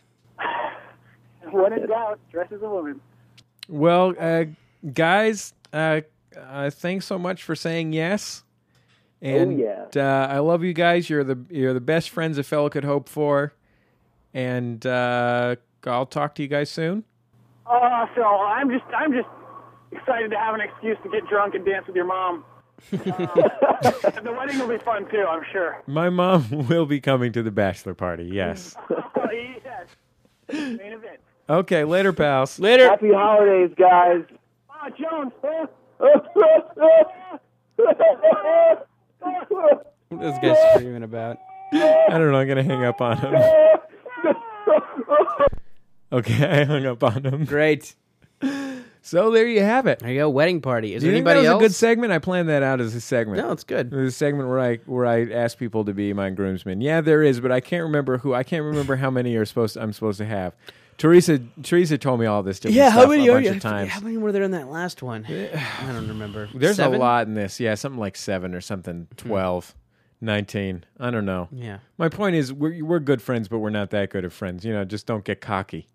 When in doubt, dress as a woman.
Well, uh, guys, uh, uh, thanks so much for saying yes. And
yeah.
uh, I love you guys. You're the you're the best friends a fellow could hope for. And uh, I'll talk to you guys soon.
Uh, so I'm just, I'm just excited to have an excuse to get drunk and dance with your mom. Uh, the wedding will be fun too, I'm sure.
My mom will be coming to the bachelor party. Yes.
Oh, yes. Main event.
Okay. Later, pals. Later.
Happy holidays, guys.
Ah, Jones. huh?
what are those guys screaming about?
I don't know. I'm gonna hang up on him. Okay, I hung up on him.
Great.
So there you have it.
There you go. Wedding party. Is
Do
there
you think that
anybody
was
else?
a good segment? I planned that out as a segment.
no, it's good.
There's a segment where I where I ask people to be my groomsmen. Yeah, there is, but I can't remember who. I can't remember how many are supposed. I'm supposed to have. Teresa Teresa told me all this different stuff a bunch of times.
How many were there in that last one? I don't remember.
There's
Seven? Hmm.
a lot in this. Yeah, something like seven or something. 12, 19. I don't know.
Yeah.
My point is, we're we're good friends, but we're not that good of friends. You know, just don't get cocky.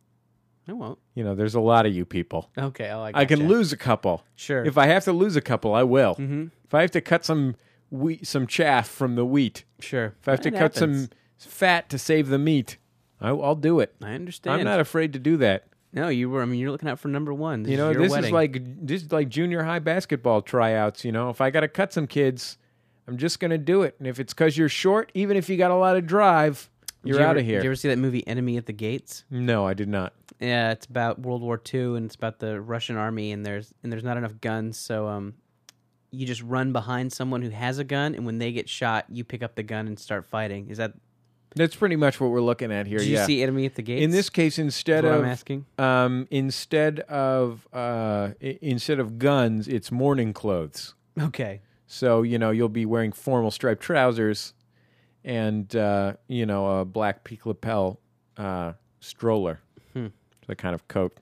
I won't.
You know, there's a lot of you people.
Okay. oh, I like.
I can
gotcha.
lose a couple.
Sure. Mm-hmm.
If I have to lose a couple, I will. If I have to cut some wheat, some chaff from the wheat,
Sure.
if I have to
It
cut
happens.
some fat to save the meat, I, I'll do it.
I understand.
I'm not afraid to do that.
No, you were. I mean, you're looking out for number one. This
You know,
is your
this is
wedding.
like this is like junior high basketball tryouts. You know, if I got to cut some kids, I'm just gonna do it. And if it's because you're short, even if you got a lot of drive,
Did
you're
you
out
ever-
of here.
Did you ever see that movie Enemy at the Gates?
no, I did not.
Yeah, it's about World War II and it's about the Russian army and there's and there's not enough guns, so um, you just run behind someone who has a gun, and when they get shot, you pick up the gun and start fighting. Is that?
That's pretty much what we're looking at here.
Did
yeah.
you see Enemy at the Gates?
in this case, instead
what
of
I'm asking.
um, instead of uh, i- instead of guns, it's morning clothes.
Okay.
So you know you'll be wearing formal striped trousers, and uh, you know a black peak lapel uh, stroller,
Hmm.
the kind of coat.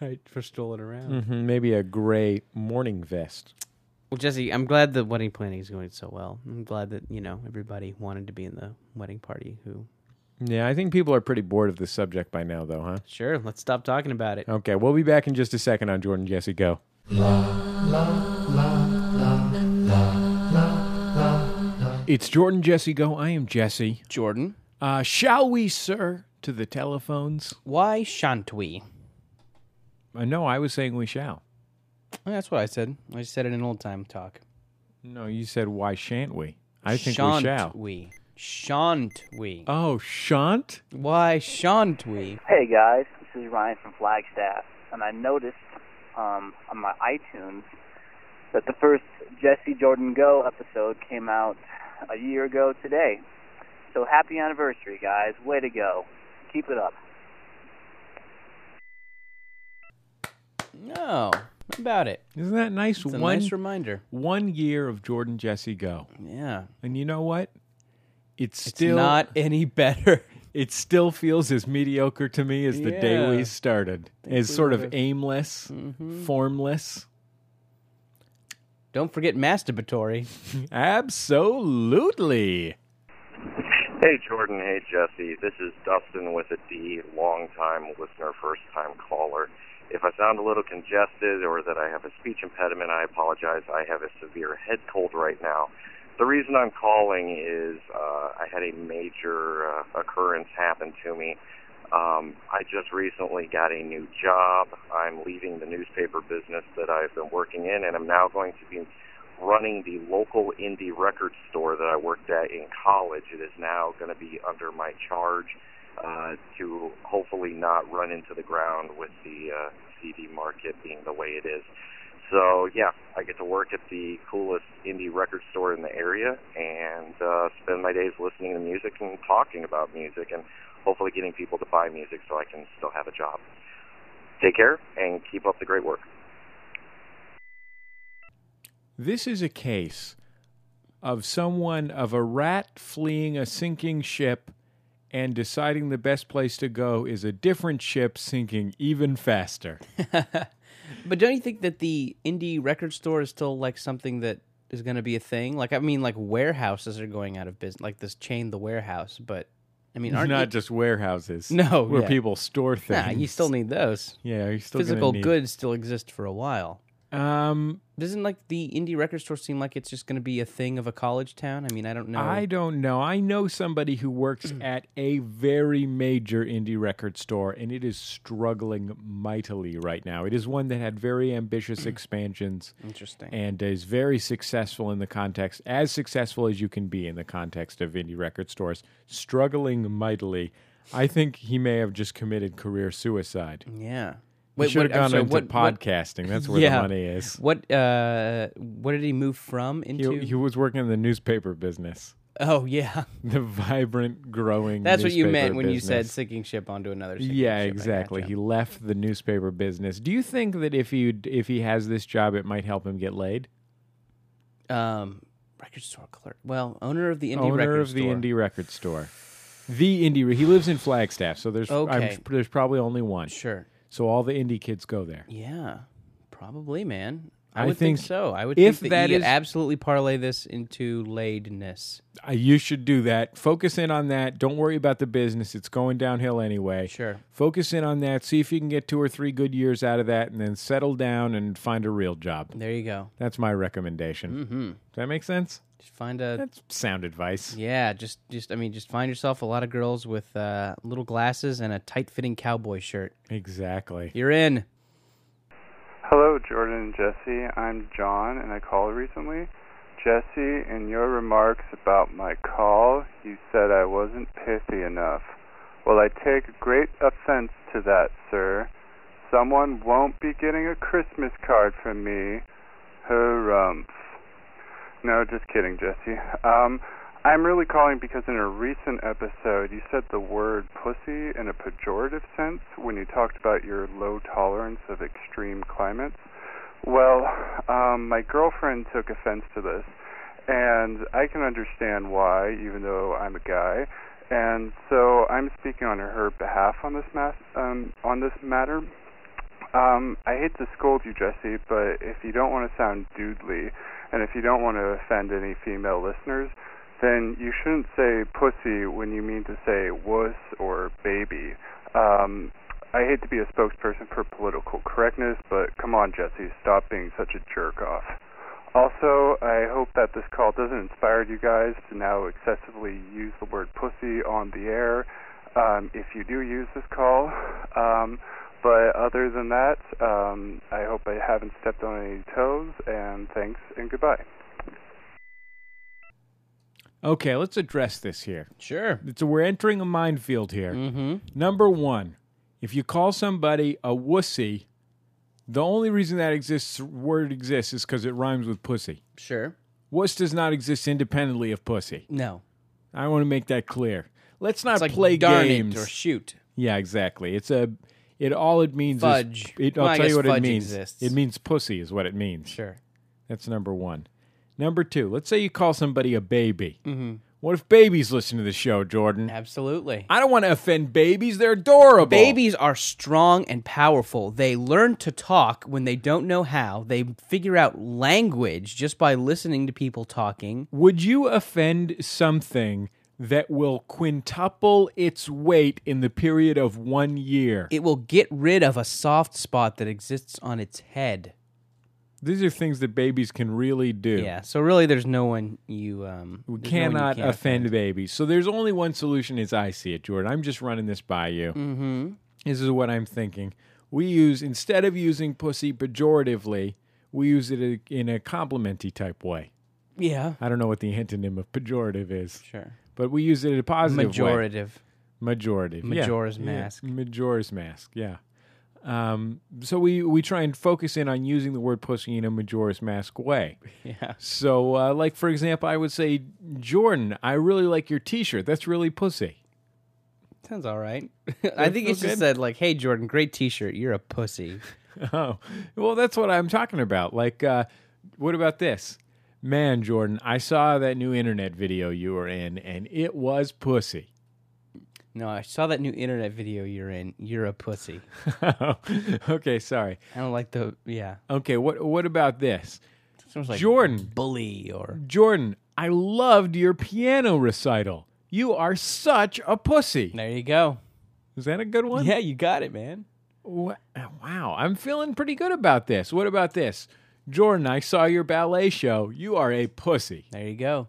Right for strolling around.
Mhm, Maybe a gray morning vest.
Well, Jesse, I'm glad the wedding planning is going so well. I'm glad that you know everybody wanted to be in the wedding party. Who?
Yeah, I think people are pretty bored of this subject by now, though, huh?
Sure. Let's stop talking about it.
Okay, we'll be back in just a second on Jordan Jesse Go. Oh. It's Jordan Jesse Go. I am Jesse.
Jordan,
Uh, shall we, sir, to the telephones?
why shan't we?
Uh, no, I was saying we shall.
Well, that's what I said. I said it in old time talk.
No, you said why shan't we? I think
shan't
we shall.
we? Shan't we?
Oh, shan't?
why shan't we?
Hey guys, this is Ryan from Flagstaff, and I noticed um, on my iTunes that the first Jesse Jordan Go episode came out a year ago today. So happy anniversary, guys! Way to go! Keep it up.
No, how about it.
Isn't that nice?
It's a
one
nice reminder.
one year of Jordan Jesse Go,
Yeah,
and you know what? It
it's
still
not any better.
it still feels as mediocre to me as the
Yeah.
day we started. As
we
sort of
would've- Mm-hmm.
aimless, formless.
Don't forget masturbatory.
Absolutely.
Hey Jordan, hey Jesse. This is Dustin with a D, long-time listener, first-time caller. If I sound a little congested or that I have a speech impediment, I apologize. I have a severe head cold right now. The reason I'm calling is uh, I had a major uh, occurrence happen to me. Um, I just recently got a new job. I'm leaving the newspaper business that I've been working in, and I'm now going to be running the local indie record store that I worked at in college. It is now going to be under my charge uh, to hopefully not run into the ground with the uh, CD market being the way it is. So yeah, I get to work at the coolest indie record store in the area and uh, spend my days listening to music and talking about music and hopefully getting people to buy music so I can still have a job. Take care and keep up the great work.
This is a case of someone, of a rat fleeing a sinking ship and deciding the best place to go is a different ship sinking even faster.
But don't you think that the indie record store is still like something that is going to be a thing? Like, I mean, like warehouses are going out of business, like this chain, the warehouse. But I mean, aren't
Not
you-
just warehouses.
No,
Where
yeah.
people store things.
Nah, you still need those.
Yeah, you still gonna
Physical
need-
goods still exist for a while.
Um,
Doesn't like the indie record store seem like it's just going to be a thing of a college town? I mean, I don't know.
I don't know. I know somebody who works
Mm.
at a very major indie record store, and it is struggling mightily right now. It is one that had very ambitious expansions
Interesting.
and is very successful in the context, as successful as you can be in the context of indie record stores, struggling mightily. I think he may have just committed career suicide.
yeah.
He should have
I'm
gone
sorry,
into
what- what-
podcasting. That's where the money is.
What uh what did he move from into?
He, he was working in the newspaper business,
oh yeah.
the vibrant, growing.
That's what you
newspaper
meant when you said
business.
sinking ship onto another sinking
yeah,
ship. I
exactly.
gotcha.
He left the newspaper business. Do you think that if he if he has this job, it might help him get laid?
um record store clerk. Well, owner of the indie
Owner
record
of the
store.
indie record store, the indie. He lives in Flagstaff, so there's I'm-
Okay.
there's probably only one.
Sure.
So all the indie kids go there.
Yeah. Probably, man. I,
I
would think,
think
so. I would
if
think that,
that
you could
is-
absolutely parlay this into laidness.
Uh, you should do that. Focus in on that. Don't worry about the business. It's going downhill anyway.
Sure.
Focus in on that. See if you can get two or three good years out of that, and then settle down and find a real job.
There you go.
That's my recommendation. Mm-hmm. Does that make sense?
Just find a
That's sound advice.
yeah, just just I mean, just find yourself a lot of girls with uh, little glasses and a tight-fitting cowboy shirt.
Exactly.
You're in.
Hello, Jordan and Jesse. I'm John, and I called recently. Jesse, in your remarks about my call, you said I wasn't pithy enough. Well, I take great offense to that, sir. Someone won't be getting a Christmas card from me. Harumph. No, just kidding, Jesse. Um, I'm really calling because in a recent episode, you said the word pussy in a pejorative sense when you talked about your low tolerance of extreme climates. Well, um, my girlfriend took offense to this, and I can understand why, even though I'm a guy. And so I'm speaking on her behalf on this, mas- um, on this matter. Um, I hate to scold you, Jesse, but if you don't want to sound doodly, and if you don't want to offend any female listeners, then you shouldn't say pussy when you mean to say wuss or baby. Um, I hate to be a spokesperson for political correctness, but come on, Jesse, stop being such a jerk off. Also, I hope that this call doesn't inspire you guys to now excessively use the word pussy on the air um, if you do use this call. Um, but other than that, um, I hope I haven't stepped on any toes, and thanks and goodbye.
Okay, let's address this here.
Sure.
It's we're entering a minefield here.
Mm-hmm.
Number one, if you call somebody a wussy, the only reason that exists word exists is because it rhymes with pussy.
Sure.
Wuss does not exist independently of pussy.
No.
I want to make that clear. Let's not
It's like
play
darn
games.
it or shoot.
yeah, exactly. It's a. It all it means
Fudge.
is. It,
Well,
I'll
I
tell
guess
you what
fudge
it means.
exists.
It means pussy is what it means.
Sure.
That's number one. Number two, let's say you call somebody a baby. What if babies listen to the show, Jordan?
Mm-hmm. Absolutely.
I don't want to offend babies. They're adorable.
Babies are strong and powerful. They learn to talk when they don't know how. They figure out language just by listening to people talking.
Would you offend something that will quintuple its weight in the period of one year?
It will get rid of a soft spot that exists on its head.
These are things that babies can really do.
Yeah. so really, there's no one you um.
We
there's no one you
cannot
can't
offend babies. So there's only one solution as I see it, Jordan. I'm just running this by you. Mm-hmm. This is what I'm thinking. We use, instead of using pussy pejoratively, we use it i- in a complimenty type way.
Yeah.
I don't know what the antonym of pejorative is,
Sure.
but we use it in a positive way.
Majorative.
Majority.
Majora's
yeah.
Mask.
Yeah. Majora's Mask, yeah. Um, so we, we try and focus in on using the word pussy in a Majora's Mask way.
Yeah.
So, uh, like, for example, I would say, Jordan, I really like your t shirt. That's really pussy.
Sounds all right. I think it's
feels
just
good?
said like, "Hey Jordan, great T-shirt. You're a pussy."
Oh, well, that's what I'm talking about. Like, uh, what about this? Man, Jordan, I saw that new internet video you were in, and it was pussy.
No, I saw that new internet video you're in. You're a pussy.
okay, sorry.
I don't like the yeah.
Okay, what what about this?
Sounds like
Jordan,
bully or
Jordan, I loved your piano recital. You are such a pussy.
there you go.
Is that a good one?
Yeah, you got it, man.
Wha- Wow, I'm feeling pretty good about this. What about this? Jordan, I saw your ballet show. You are a pussy.
There you go.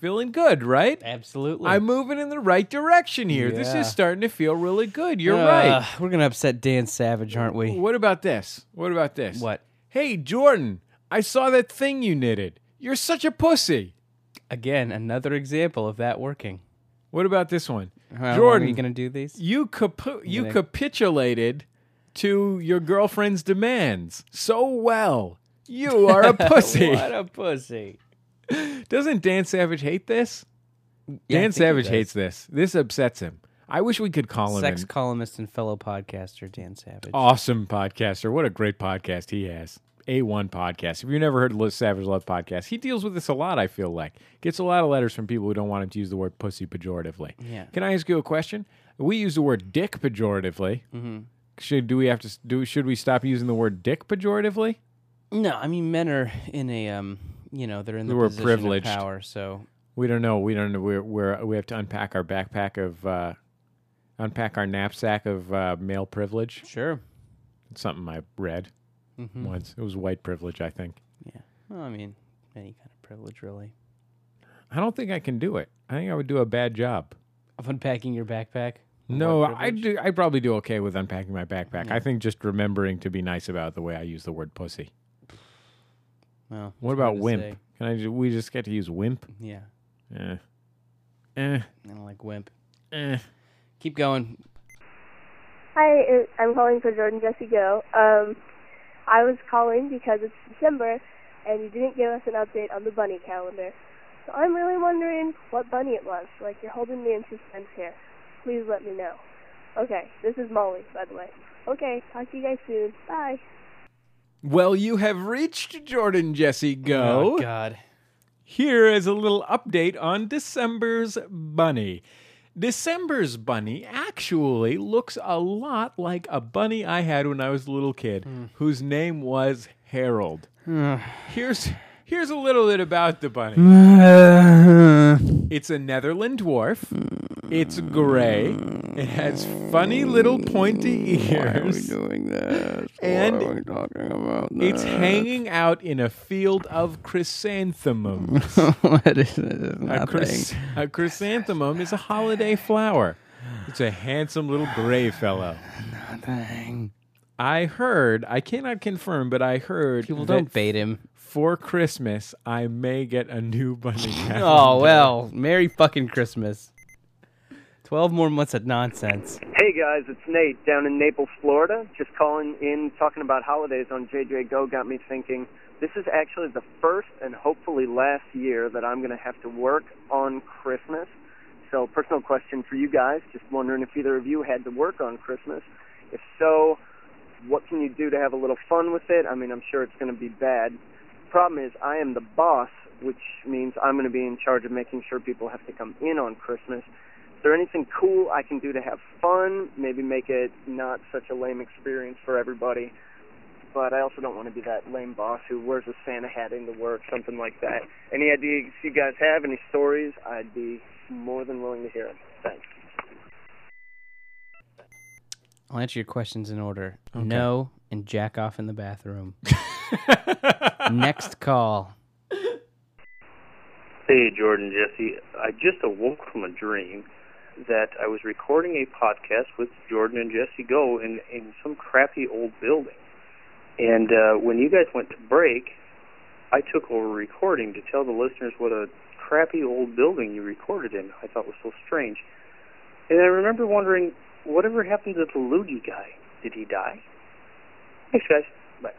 Feeling good, right?
Absolutely.
I'm moving in the right direction here. This
Yeah.
is starting to feel really good. You're
Uh,
right.
We're gonna upset Dan Savage, aren't we?
What about this? What about this?
What?
Hey, Jordan, I saw that thing you knitted. You're such a pussy.
Again, another example of that working.
What about this one?
How
Jordan,
are you gonna do these?
you capu- you
gonna-
capitulated to your girlfriend's demands so well. You are a pussy.
what a pussy.
Doesn't Dan Savage hate this?
Yeah, I
Dan
think he
Savage
does.
hates this. This upsets him. I wish we could call him
Sex
an
columnist and fellow podcaster Dan Savage.
awesome podcaster. What a great podcast he has. A1 podcast. If you've never heard of Savage Love podcast, he deals with this a lot, I feel like. Gets a lot of letters from people who don't want him to use the word pussy pejoratively.
Yeah.
Can I ask you a question? We use the word dick pejoratively.
Mm-hmm.
Should do we have to s- do should we stop using the word dick pejoratively?
No, I mean men are in a um, you know, they're in the
We're
position
privileged.
of power, so
We don't know. We don't know. We're, we're we have to unpack our backpack of uh, unpack our knapsack of uh, male privilege.
sure. Mm-hmm.
It's something I read once. It was white privilege, I think.
Yeah. Well, I mean, any kind of privilege really.
I don't think I can do it. I think I would do a bad job.
Of unpacking your backpack?
No, I do. I probably do okay with unpacking my backpack. I think just remembering to be nice about the way I use the word pussy.
Well,
What
it's
about
hard to
wimp?
say.
Can I? ju- We just get to use wimp?
Yeah.
Eh. Eh.
I don't like wimp.
Eh.
Keep going.
Hi, it- I'm calling for Jordan Jesse Go. Um, I was calling because it's December and you didn't give us an update on the bunny calendar. So I'm really wondering what bunny it was. Like you're holding me in suspense here. Please let me know. Okay, this is Molly, by the way. Okay, talk to you guys soon. Bye.
Well, you have reached Jordan Jesse Go.
Oh, God.
Here is a little update on December's bunny. December's bunny actually looks a lot like a bunny I had when I was a little kid,
Hmm.
whose name was Harold. here's here's a little bit about the bunny. It's a Netherland dwarf. It's gray. It has funny little pointy ears.
Hmm, Why are we doing this?
And
Why are we talking about this?
It's hanging out in a field of chrysanthemums.
what is this?
a,
Nothing.
chrys- a chrysanthemum is a holiday flower. It's a handsome little gray fellow.
Nothing.
I heard, I cannot confirm, but I heard
People
that
don't bait him.
for Christmas I may get a new bunny calendar.
Oh well, Merry fucking Christmas. Twelve more months of nonsense.
Hey guys, it's Nate down in Naples, Florida. Just calling in, talking about holidays on JJ Go got me thinking. This is actually the first and hopefully last year that I'm going to have to work on Christmas. So, personal question for you guys. Just wondering if either of you had to work on Christmas. If so, what can you do to have a little fun with it? I mean, I'm sure it's going to be bad. Problem is, I am the boss, which means I'm going to be in charge of making sure people have to come in on Christmas. Is there anything cool I can do to have fun? Maybe make it not such a lame experience for everybody. But I also don't want to be that lame boss who wears a Santa hat into work, something like that. Any ideas you guys have? Any stories? I'd be more than willing to hear them. Thanks.
I'll answer your questions in order. No, and jack off in the bathroom. Next call.
Hey, Jordan, Jesse. I just awoke from a dream that I was recording a podcast with Jordan and Jesse Go in, in some crappy old building. And uh, when you guys went to break, I took over recording to tell the listeners what a crappy old building you recorded in. I thought was so strange. And I remember wondering, whatever happened to the Loogie guy? Did he die? Thanks, guys. Bye.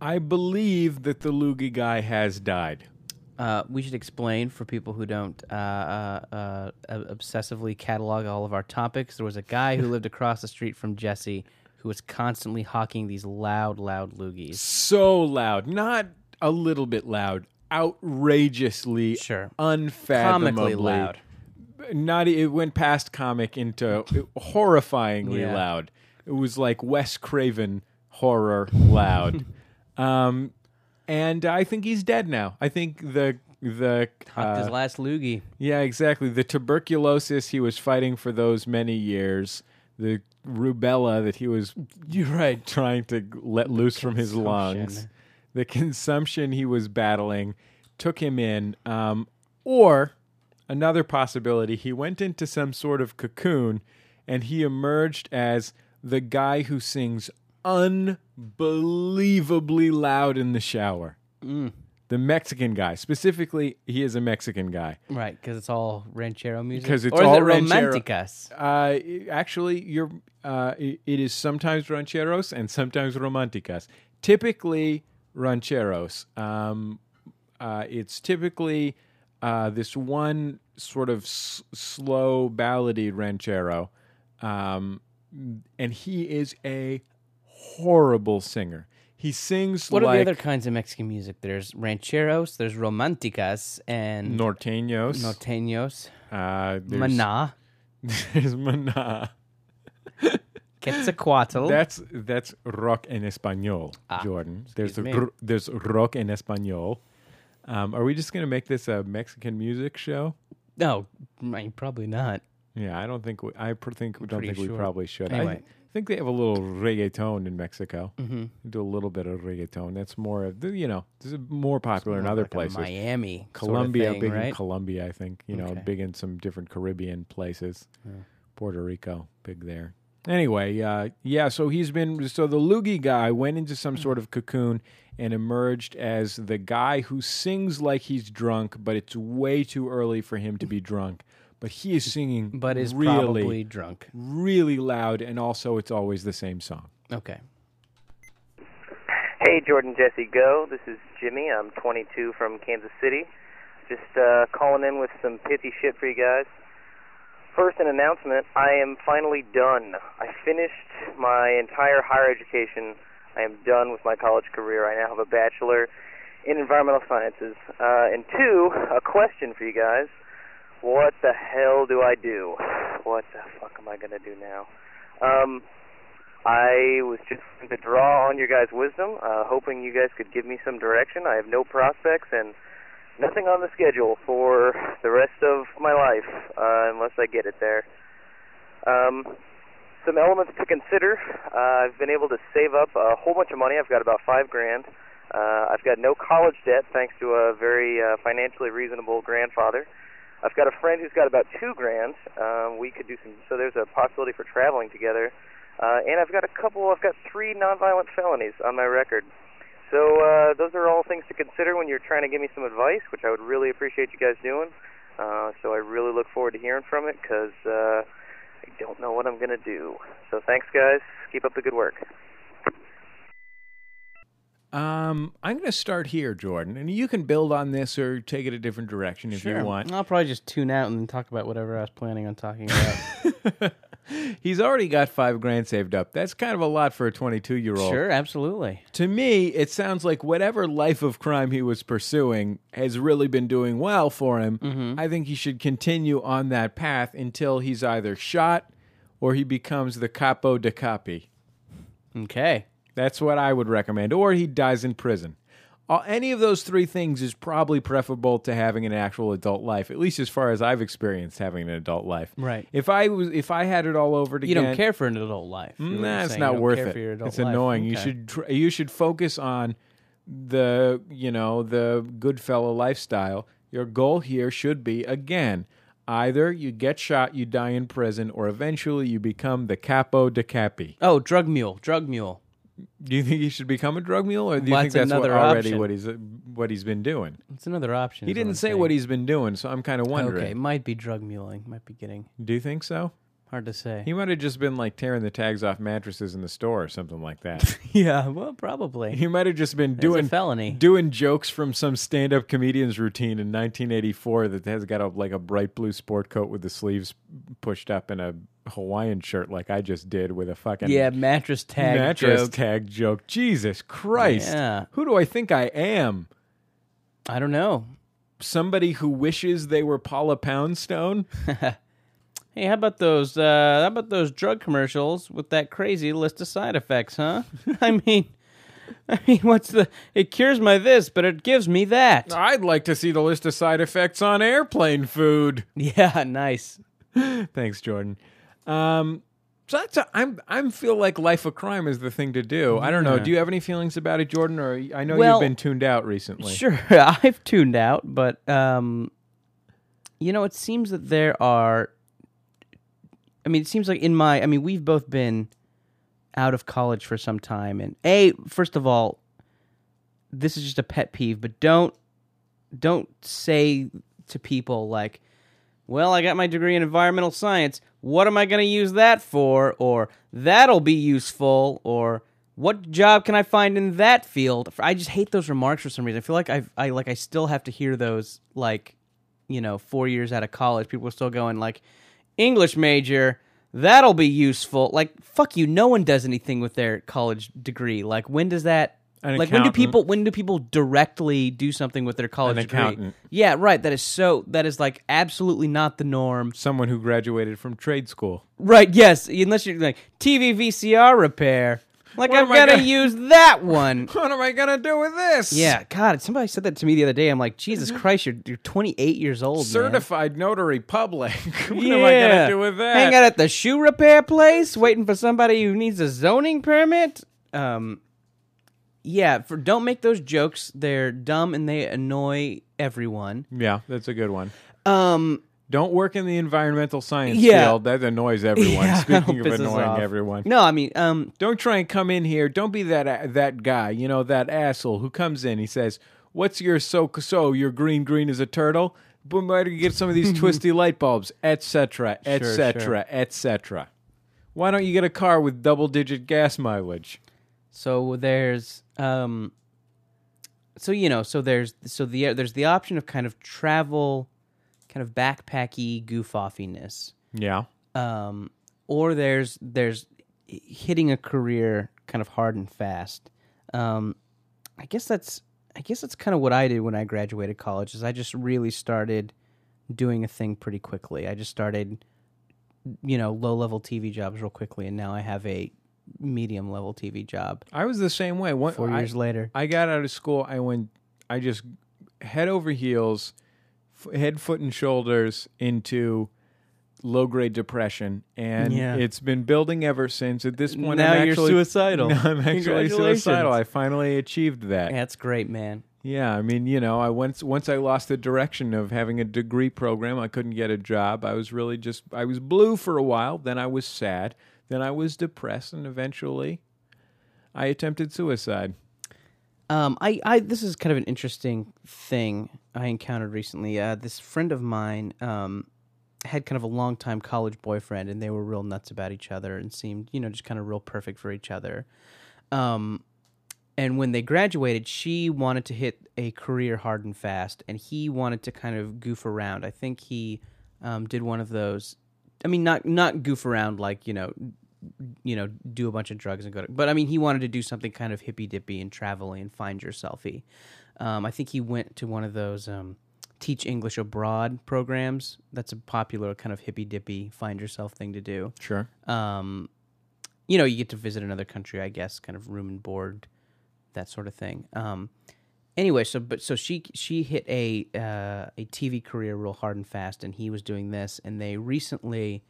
I believe that the loogie guy has died.
Uh, we should explain for people who don't uh, uh, uh, ob- obsessively catalog all of our topics. There was a guy who lived across the street from Jesse who was constantly hawking these loud, loud loogies.
So loud, not a little bit loud, outrageously,
Sure.
unfathomably
Comically loud.
Not e, it went past comic into horrifyingly
Yeah.
loud. It was like Wes Craven horror loud. um, and I think he's dead now. I think the the
Hawked his
uh,
last loogie.
yeah, exactly. The tuberculosis he was fighting for those many years, the rubella that he was you're right trying to g- let loose from his lungs, the consumption he was battling took him in. Um, or another possibility, he went into some sort of cocoon and he emerged as the guy who sings unbelievably loud in the shower. The Mexican guy, specifically, he is a Mexican guy.
Right, because it's all ranchero music.
'Cause it's
or is
all
it
ranchero.
romanticas?
Uh, actually, you're. Uh, it it is sometimes rancheros and sometimes romanticas. Typically rancheros. Um, uh, it's typically uh, this one sort of s- slow ballady ranchero, um, and he is a horrible singer. He sings
What are
like
the other kinds of Mexican music? There's rancheros, there's romanticas, and
norteños.
norteños,
uh, there's,
maná,
There's maná.
quetzalcoatl.
That's that's rock en español, Jordan. There's
Ah, excuse me.
r- there's rock en español. Um, are we just gonna make this a Mexican music show?
no, I- probably not.
Yeah, I don't think we. I pr- think don't
pretty
think we
sure.
probably should. I
Anyway. Mm-hmm.
th- think they have a little reggaeton in Mexico. Do a little bit of reggaeton. That's more of the- you know, this is more popular in other
Like a
places.
Miami, sort of
Colombia,
thing,
big in
right?
Colombia, I think. You know,
Okay.
big in some different Caribbean places. Puerto Rico, big there. Anyway, uh, yeah. So he's been so the loogie guy went into some sort of cocoon and emerged as the guy who sings like he's drunk, but it's way too early for him to be drunk. But he is singing,
but is
really,
probably drunk.
really loud, and also it's always the same song.
Okay.
Hey, Jordan Jesse Go. This is Jimmy. I'm 22 from Kansas City. Just uh, calling in with some pithy shit for you guys. First, an announcement. I am finally done. I finished my entire higher education. I am done with my college career. I now have a bachelor in environmental sciences. Uh, and two, a question for you guys. What the hell do I do? What the fuck am I gonna do now? Um, I was just going to draw on your guys' wisdom, uh, hoping you guys could give me some direction. I have no prospects, and nothing on the schedule for the rest of my life uh, unless I get it there. Um, some elements to consider. Uh, I've been able to save up a whole bunch of money. I've got about five grand. Uh, I've got no college debt thanks to a very uh, financially reasonable grandfather. I've got a friend who's got about two grand. Um, we could do some. So there's a possibility for traveling together. Uh, and I've got a couple. I've got three nonviolent felonies on my record. So uh, those are all things to consider when you're trying to give me some advice, which I would really appreciate you guys doing. Uh, so I really look forward to hearing from it because uh, I don't know what I'm gonna do. So thanks, guys. Keep up the good work.
Um, I'm going to start here, Jordan, and you can build on this or take it a different direction if you want.
I'll probably just tune out and talk about whatever I was planning on talking about.
He's already got five grand saved up. That's kind of a lot for a 22 year old.
Sure, absolutely.
To me, it sounds like whatever life of crime he was pursuing has really been doing well for him.
Mm-hmm.
I think he should continue on that path until he's either shot or he becomes the capo de capi.
Okay.
That's what I would recommend. Or he dies in prison. Uh, Any of those three things is probably preferable to having an actual adult life, at least as far as I've experienced having an adult life.
Right.
If I was, if I had it all over again,
You don't care for an adult life.
Mm,
You're
Nah, it's
saying you
not
don't
worth
care for your
it.
adult
It's
life.
annoying. You
Okay.
should tr- you should focus on the you know the good fellow lifestyle. Your goal here should be again either you get shot, you die in prison, or eventually you become the capo de capi.
Oh, drug mule, drug mule.
Do you think he should become a drug mule, or do you
Well,
think
that's
that's what,
another
already
option.
what he's what he's been doing?
It's another option.
He
is what I'm
didn't say
saying.
what he's been doing, so I'm kind of wondering.
Okay, might be drug muling. Might be getting
Do you think so?
hard to say.
He might have just been like tearing the tags off mattresses in the store or something like that.
yeah, well, probably.
He might have just been
There's a
doing
felony.
doing jokes from some stand-up comedian's routine in 1984 that has got a, like a bright blue sport coat with the sleeves pushed up and a Hawaiian shirt, like I just did with a fucking
Yeah, mattress tag
mattress
joke.
tag joke. Jesus Christ!
Yeah.
Who do I think I am?
I don't know.
Somebody who wishes they were Paula Poundstone.
Hey, how about those? Uh, how about those drug commercials with that crazy list of side effects, huh? I mean, I mean, what's the? It cures my this, but it gives me that.
I'd like to see the list of side effects on airplane food.
Yeah, nice.
Thanks, Jordan. Um, so that's a, I'm I'm feel like life of crime is the thing to do. I don't know.
Yeah.
Do you have any feelings about it, Jordan? Or I know
Well,
you've been tuned out recently.
Sure, I've tuned out, but um, you know, it seems that there are. I mean, it seems like in my. I mean, we've both been out of college for some time, and a first of all, this is just a pet peeve, but don't don't say to people like, "Well, I got my degree in environmental science. What am I going to use that for?" Or "That'll be useful." Or "What job can I find in that field?" I just hate those remarks for some reason. I feel like I've, I like I still have to hear those like, you know, four years out of college, people are still going like, "English major." That'll be useful. Like, fuck you. No one does anything with their college degree. Like, when does that?
An
like, when do
accountant.
people? When do people directly do something with their college
An
degree?
accountant.
Yeah, right. That is so. That is like absolutely not the norm.
Someone who graduated from trade school.
Right. Yes. Unless you're like TV VCR repair. Like
What
I'm
am I
gonna
gonna-
use that one.
What am I gonna do with this?
yeah. God. Somebody said that to me the other day. I'm like, Jesus Christ, you're you're 28 years old. man.
Mm-hmm. Certified notary public. what am I gonna
Yeah.
do with that?
Hang out at the shoe repair place, waiting for somebody who needs a zoning permit. Um, yeah. For don't make those jokes. They're dumb and they annoy everyone.
Yeah, that's a good one.
Um.
Don't work in the environmental science
Yeah.
field. That annoys everyone.
Yeah,
Speaking of
pisses
annoying
off.
everyone.
No, I mean, um,
Don't try and come in here. Don't be that uh, that guy. You know that asshole who comes in. He says, "What's your so so? Your green green is a turtle." But why do you get some of these twisty light bulbs, etc.,
Sure,
etc.,
sure.
etc.? Why don't you get a car with double digit gas mileage?
So there's um so you know, so there's so the there's the option of kind of travel kind of backpacky goof offiness.
Yeah,
Um or there's there's hitting a career kind of hard and fast. Um I guess that's I guess that's kind of what I did when I graduated college is I just really started doing a thing pretty quickly. I just started you know, low level TV jobs real quickly and now I have a medium level TV job.
I was the same way. One,
Four
I-
years later.
I got out of school. I went. I just head over heels, f- head, foot, and shoulders into low grade depression, and
Yeah.
it's been building ever since. At this point,
Now
I'm
you're
actually,
suicidal.
Now I'm actually
Congratulations.
suicidal. I finally achieved that.
That's great, man.
Yeah, I mean, you know, I once once I lost the direction of having a degree program, I couldn't get a job. I was really just I was blue for a while, then I was sad, then I was depressed, and eventually I attempted suicide.
Um, I, I this is kind of an interesting thing I encountered recently. Uh, this friend of mine um, had kind of a longtime college boyfriend, and they were real nuts about each other and seemed, you know, just kind of real perfect for each other. Um, and when they graduated, she wanted to hit a career hard and fast, and he wanted to kind of goof around. I think he um, did one of those. I mean, not not goof around like you know, you know, do a bunch of drugs and go to. But I mean, he wanted to do something kind of hippy dippy and traveling and find yourselfy. Um, I think he went to one of those um, teach English abroad programs. That's a popular kind of hippy dippy find yourself thing to do.
Sure.
Um, you know, you get to visit another country, I guess, kind of room and board, that sort of thing. Um, anyway, so but so she she hit a uh, a TV career real hard and fast, and he was doing this, and they recently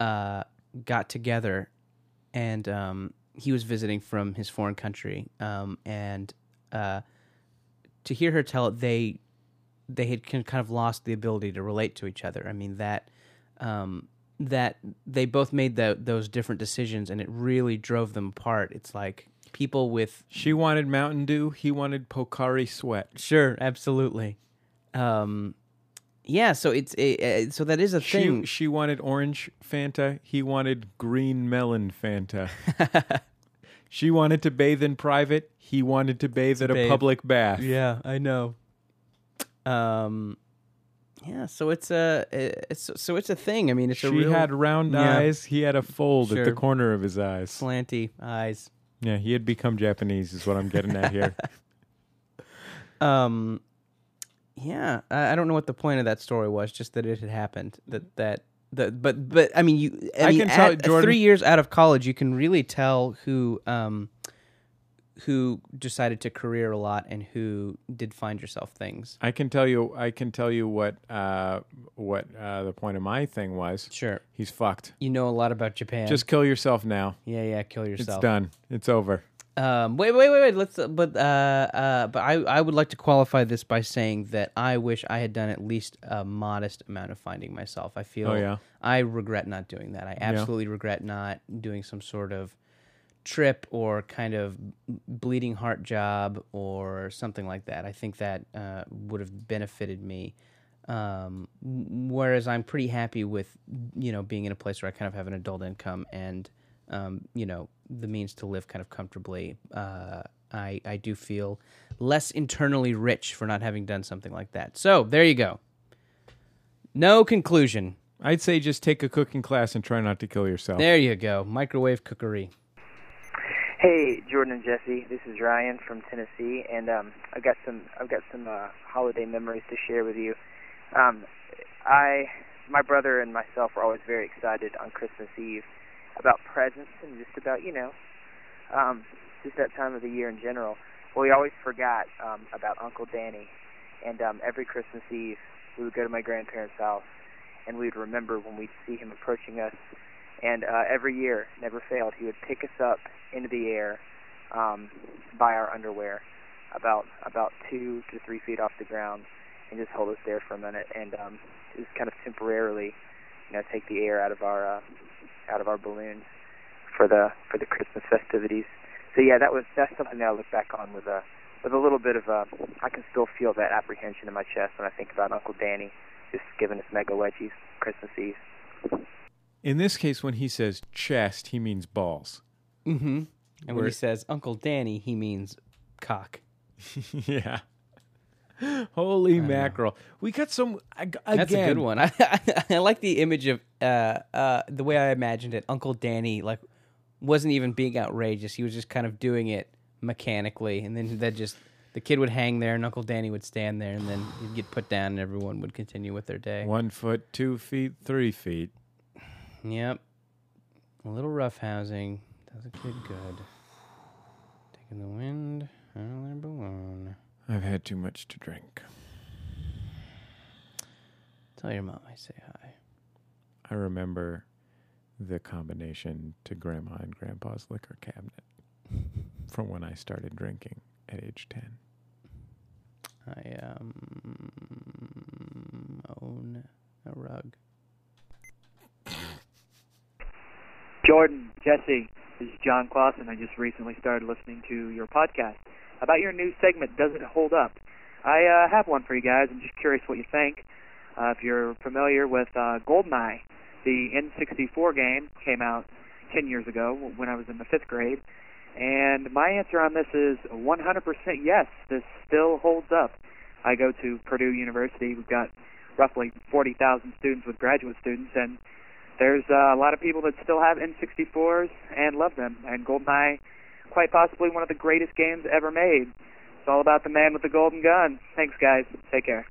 uh, got together, and um, he was visiting from his foreign country, um, and uh, to hear her tell it, they they had kin- kind of lost the ability to relate to each other. I mean that um, that they both made tho- those different decisions, and it really drove them apart. It's like people with
She wanted Mountain Dew, he wanted Pokari Sweat.
Sure, absolutely. Um, yeah, so it's it, uh, so that is a
She
thing.
she wanted orange Fanta, he wanted green melon Fanta. she wanted to bathe in private, he wanted to bathe at a
bathe.
public bath.
Yeah, I know. Um, yeah, so it's a it's, so it's a thing. I mean, it's
She
a real,
had round
Yeah.
eyes, he had a fold at the
Sure.
corner of his eyes.
slanty eyes.
Yeah, he had become Japanese, is what I'm getting at here.
Um, yeah, I, I don't know what the point of that story was. Just that it had happened. That that. The, but but I mean you I,
I
mean,
can tell
at-
Jordan-
three years out of college you can really tell who um who decided to career a lot and who did find yourself things
I can tell you, I can tell you what uh, what uh, the point of my thing was.
Sure.
he's fucked.
You know a lot about Japan.
Just kill yourself now.
yeah, yeah, kill yourself.
It's done. It's over.
Um, wait, wait, wait, wait. Let's. uh, But uh, uh, but I, I would like to qualify this by saying that I wish I had done at least a modest amount of finding myself. I feel.
Oh, yeah.
I regret not doing that. I absolutely regret not doing some sort of trip or kind of bleeding heart job or something like that. I think that uh, would have benefited me. Um, whereas I'm pretty happy with you know being in a place where I kind of have an adult income and um, you know the means to live kind of comfortably. Uh, I I do feel less internally rich for not having done something like that. So there you go. No conclusion.
I'd say just take a cooking class and try not to kill yourself.
There you go. Microwave cookery.
Hey, Jordan and Jesse, this is Ryan from Tennessee, and um, I've got some I've got some uh, holiday memories to share with you. Um, I, my brother and myself were always very excited on Christmas Eve about presents and just about you know, um, just that time of the year in general. Well, we always forgot um, about Uncle Danny, and um, every Christmas Eve we would go to my grandparents' house, and we'd remember when we'd see him approaching us and uh, every year, never failed, he would pick us up into the air um, by our underwear, about about two to three feet off the ground, and just hold us there for a minute, and um, just kind of temporarily, you know, take the air out of our uh, out of our balloons for the for the Christmas festivities. So yeah, that was that's something that I look back on with a with a little bit of uh, I can still feel that apprehension in my chest when I think about Uncle Danny just giving us mega wedgies Christmas Eve.
In this case, when he says chest, he means balls.
Mm-hmm. And when
Where-
he says Uncle Danny, he means cock.
yeah. Holy mackerel! We got some I, again.
That's a good one. I, I, like the image of uh, uh, the way I imagined it. Uncle Danny like wasn't even being outrageous. He was just kind of doing it mechanically, and then that just the kid would hang there, and Uncle Danny would stand there, and then he'd get put down, and everyone would continue with their day.
One foot, two feet, three feet.
Yep. A little rough housing. Does a kid good. Taking the wind out of their Oh, balloon.
I've had too much to drink.
Tell your mom I say hi.
I remember the combination to grandma and grandpa's liquor cabinet from when I started drinking at age 10.
I uh, um own a rug.
Jordan, Jesse, this is John Clausen. I just recently started listening to your podcast about your new segment, Does It Hold Up? I uh, have one for you guys. I'm just curious what you think. Uh, if you're familiar with uh, Goldeneye, the N64 game came out 10 years ago when I was in the fifth grade. And my answer on this is 100% yes, this still holds up. I go to Purdue University. We've got roughly 40,000 students with graduate students, and there's uh, a lot of people that still have N64s and love them. And GoldenEye, quite possibly one of the greatest games ever made. It's all about the man with the golden gun. Thanks, guys. Take care.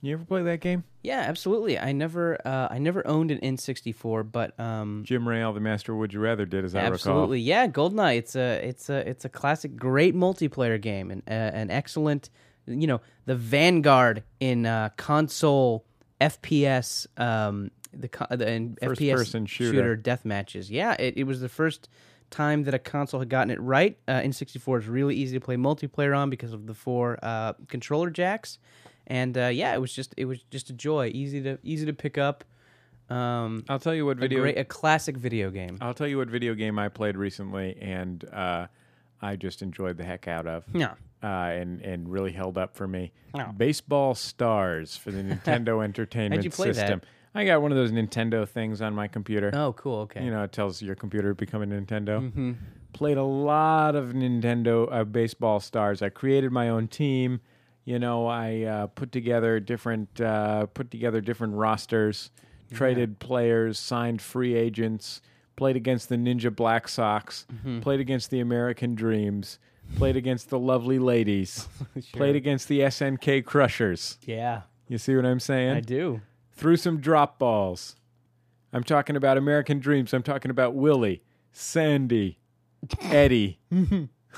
You ever play that game?
Yeah, absolutely. I never uh, I never owned an N64, but um
Jim Rail, the master of Would You Rather, did as I
Absolutely, yeah. Goldeneye. It's a it's a it's a classic, great multiplayer game, and uh, an excellent, you know, the vanguard in uh, console FPS, um, the, co- the and
First
FPS
person shooter.
death matches. Yeah, it, it was the first time that a console had gotten it right. Uh, N64 is really easy to play multiplayer on because of the four uh, controller jacks, and uh, yeah, it was just it was just a joy, easy to easy to pick up. Um,
I'll tell you what video-
a, great, a classic video game. recall.
I'll tell you what video game I played recently and uh, I just enjoyed the heck out of.
Yeah.
Uh, and, and really held up for me.
Yeah.
Baseball Stars for the Nintendo Entertainment
How'd you play that?
System. I got one of those Nintendo things on my computer.
Oh, cool. Okay.
You know, it tells your computer to become a Nintendo.
Mhm.
Played a lot of Nintendo uh, baseball stars. I created my own team. You know, I uh, put together different uh, put together different rosters, traded players, signed free agents, played against the Ninja Black Sox,
Mhm.
played against the American Dreams, played against the Lovely Ladies,
Sure.
played against the SNK Crushers.
Yeah.
You see what I'm saying?
I do.
Threw some drop balls. I'm talking about American Dreams. I'm talking about Willie, Sandy, Eddie,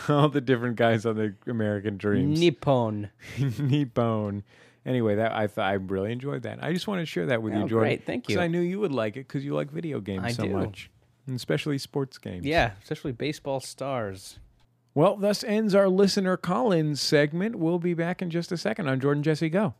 all the different guys on the American Dreams.
Nippon.
Nippon. Anyway, that I thought I really enjoyed that. I just wanted to share that with
Oh,
you, Jordan.
great. Thank
'cause
you.
I knew you would like it because you like video games
I
so
do.
much, and especially sports games.
Yeah, especially baseball stars.
Well, thus ends our listener call-in segment. We'll be back in just a second on Jordan Jesse Go.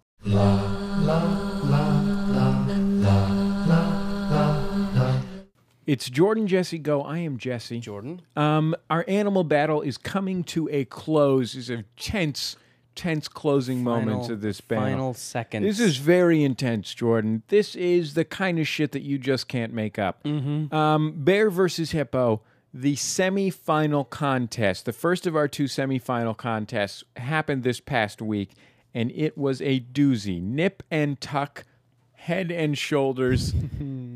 It's Jordan Jesse Go. I am Jesse.
Jordan.
Um, our animal battle is coming to a close. These are tense, tense closing moments
Final-
of this battle.
final seconds.
This is very intense, Jordan. This is the kind of shit that you just can't make up. Mm-hmm. Um, Bear versus Hippo, the semifinal contest, the first of our two semifinal contests, happened this past week, and it was a doozy. Nip and tuck, head and shoulders,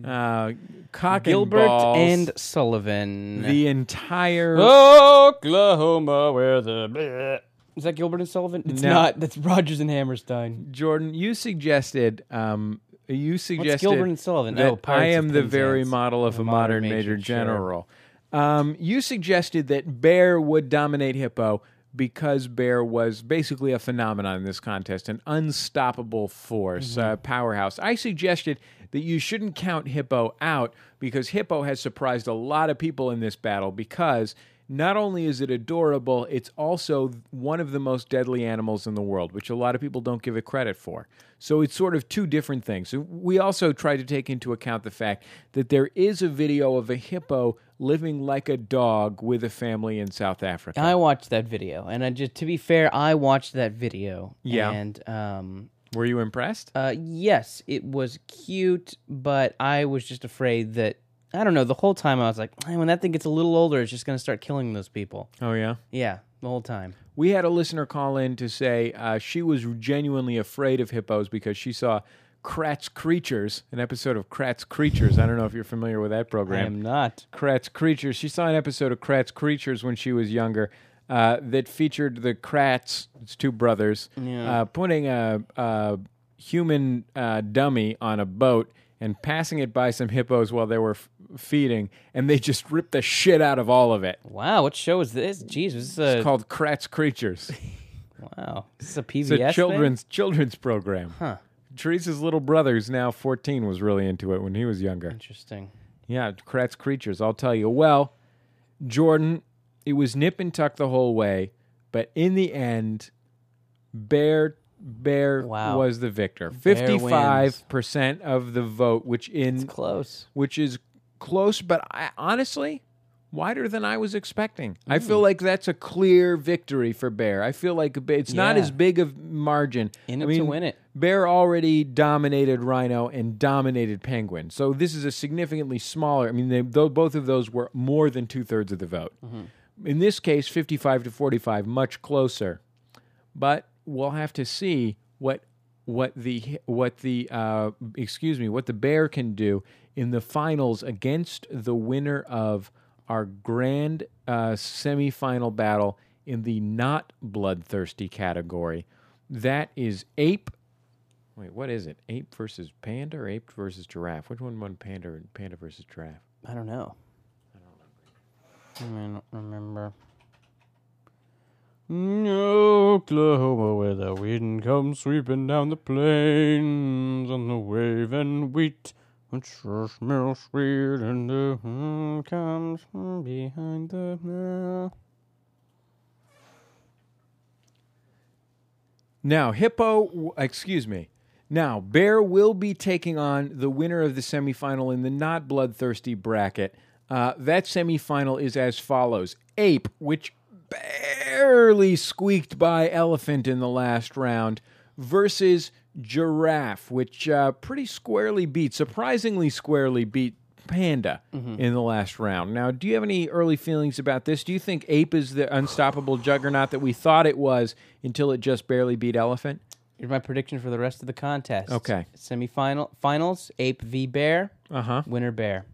uh, cock
Gilbert
and balls.
and Sullivan.
the entire
Oklahoma, where the is that Gilbert and Sullivan? It's
No.
not. That's Rogers and Hammerstein.
Jordan, you suggested um, you suggested
Gilbert and Sullivan?
that
Oh,
I
Pirates
am
of
the
Penzance.
very model of a, modern, major, general. Um, you suggested that Bear would dominate Hippo because Bear was basically a phenomenon in this contest, an unstoppable force,
Mm-hmm.
a powerhouse. I suggested that you shouldn't count Hippo out because Hippo has surprised a lot of people in this battle because not only is it adorable, it's also one of the most deadly animals in the world, which a lot of people don't give it credit for. So it's sort of two different things. We also try to take into account the fact that there is a video of a hippo living like a dog with a family in South Africa.
I watched that video, and I just to be fair, I watched that video.
Yeah.
and um,
were you impressed?
Uh, yes, it was cute, but I was just afraid that I don't know. The whole time I was like, "Man, when that thing gets a little older, it's just going to start killing those people.
Oh, yeah?
Yeah, the whole time.
We had a listener call in to say uh, she was genuinely afraid of hippos because she saw Kratz Creatures, an episode of Kratz Creatures. I don't know if you're familiar with that program.
I am not.
Kratz Creatures. She saw an episode of Kratz Creatures when she was younger uh, that featured the Kratz, it's two brothers,
Yeah.
uh, putting a, a human uh, dummy on a boat and passing it by some hippos while they were f- feeding, and they just ripped the shit out of all of it.
Wow, what show is this? Jeez, this is a,
It's called Kratz Creatures.
wow. This is a
It's
PBS
a
thing?
children's children's program.
Huh.
Teresa's little brother, who's now fourteen, was really into it when he was younger.
Interesting.
Yeah, Kratz creatures. I'll tell you. Well, Jordan, it was nip and tuck the whole way, but in the end, Bear Bear
Wow.
was the victor.
Bear
Fifty-five percent of the vote, which in
close,
which is close, but I, honestly wider than I was expecting. I feel like that's a clear victory for Bear. I feel like Bear- it's not
Yeah.
as big of margin.
In
I
it to
mean,
win it.
Bear already dominated Rhino and dominated Penguin, so this is a significantly smaller. I mean, they, though both of those were more than two thirds of the vote.
Mm-hmm.
In this case, fifty-five to forty-five, much closer. But we'll have to see what what the what the uh, excuse me what the bear can do in the finals against the winner of our grand uh, semifinal battle in the not bloodthirsty category. That is ape. Wait, what is it? Ape versus panda, or ape versus giraffe? Which one won panda? and Panda versus giraffe.
I don't know. I don't remember.
Oklahoma, where the wind comes sweeping down the plains on the wave and wheat. It sure smells sweet, and the hum comes from behind the hill.
Now, Hippo, w- excuse me. Now, Bear will be taking on the winner of the semifinal in the not bloodthirsty bracket. Uh, that semifinal is as follows Ape, which barely squeaked by Elephant in the last round, versus Giraffe, which uh, pretty squarely beat, surprisingly squarely beat Panda in the last round. Now, do you have any early feelings about this? Do you think Ape is the unstoppable juggernaut that we thought it was until it just barely beat Elephant?
Here's my prediction for the rest of the contest.
Okay.
Semifinal finals, ape v bear.
Uh huh.
Winner bear.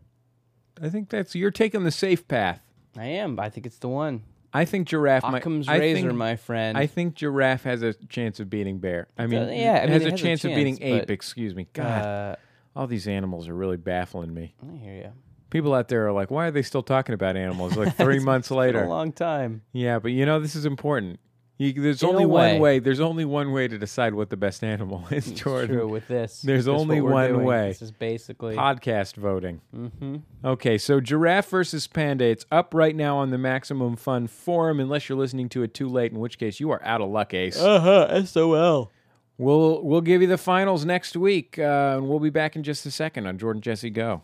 I think that's you're taking the safe path.
I am. I think it's the one.
I think giraffe. might-
Occam's
I
razor,
think-
my friend.
I think giraffe has a chance of beating bear. I mean,
Uh, yeah, I mean,
has,
it
a,
has a
chance of beating
chance, but, uh,
ape. Excuse me. God, all these animals are really baffling me.
I hear you.
People out there are like, why are they still talking about animals? Like three months later.
a long time.
Yeah, but you know this is important. You, there's
In
only
a
one
way.
way. There's only one way to decide what the best animal is, Jordan.
true with this.
There's
That's
only
what we're
one
doing.
way.
This is basically-
podcast voting.
Mhm.
Okay, so giraffe versus panda. It's up right now on the Maximum Fun forum. Unless you're listening to it too late, in which case you are out of luck, Ace.
Uh,
huh. Sol.
We'll we'll give you the finals next week, uh, and we'll be back in just a second on Jordan Jesse Go.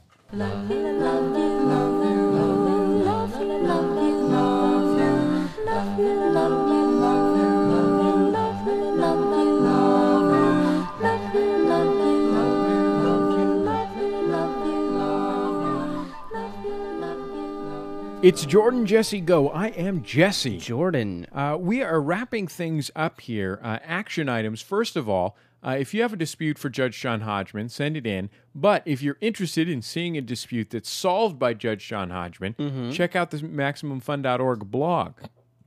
It's Jordan Jesse Go. I am Jesse.
Jordan.
Uh, we are wrapping things up here. Uh, action items. First of all, uh, if you have a dispute for Judge Sean Hodgman, send it in. But if you're interested in seeing a dispute that's solved by Judge Sean Hodgman,
Mm-hmm.
check out the MaximumFun.org blog.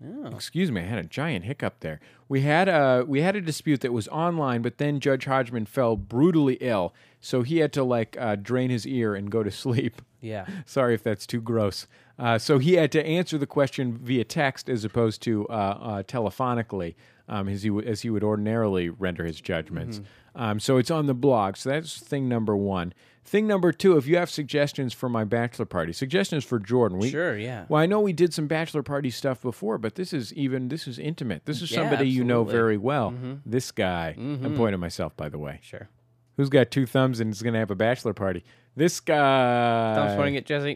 Oh.
Excuse me, I had a giant hiccup there. We had a we had a dispute that was online, but then Judge Hodgman fell brutally ill, so he had to like uh, drain his ear and go to sleep.
Yeah.
Sorry if that's too gross. Uh, so he had to answer the question via text as opposed to uh, uh, telephonically, um, as, he w- as he would ordinarily render his judgments.
Mm-hmm.
Um, so it's on the blog. So that's thing number one. Thing number two, if you have suggestions for my bachelor party, suggestions for Jordan, we
Sure, yeah.
Well, I know we did some bachelor party stuff before, but this is even this is intimate. This is
Yeah,
somebody you know
absolutely.
very well.
Mhm.
This guy.
Mhm.
I'm pointing at myself, by the way.
Sure.
Who's got two thumbs and is going to have a bachelor party? This guy.
Thumbs pointing at Jesse.
Uh,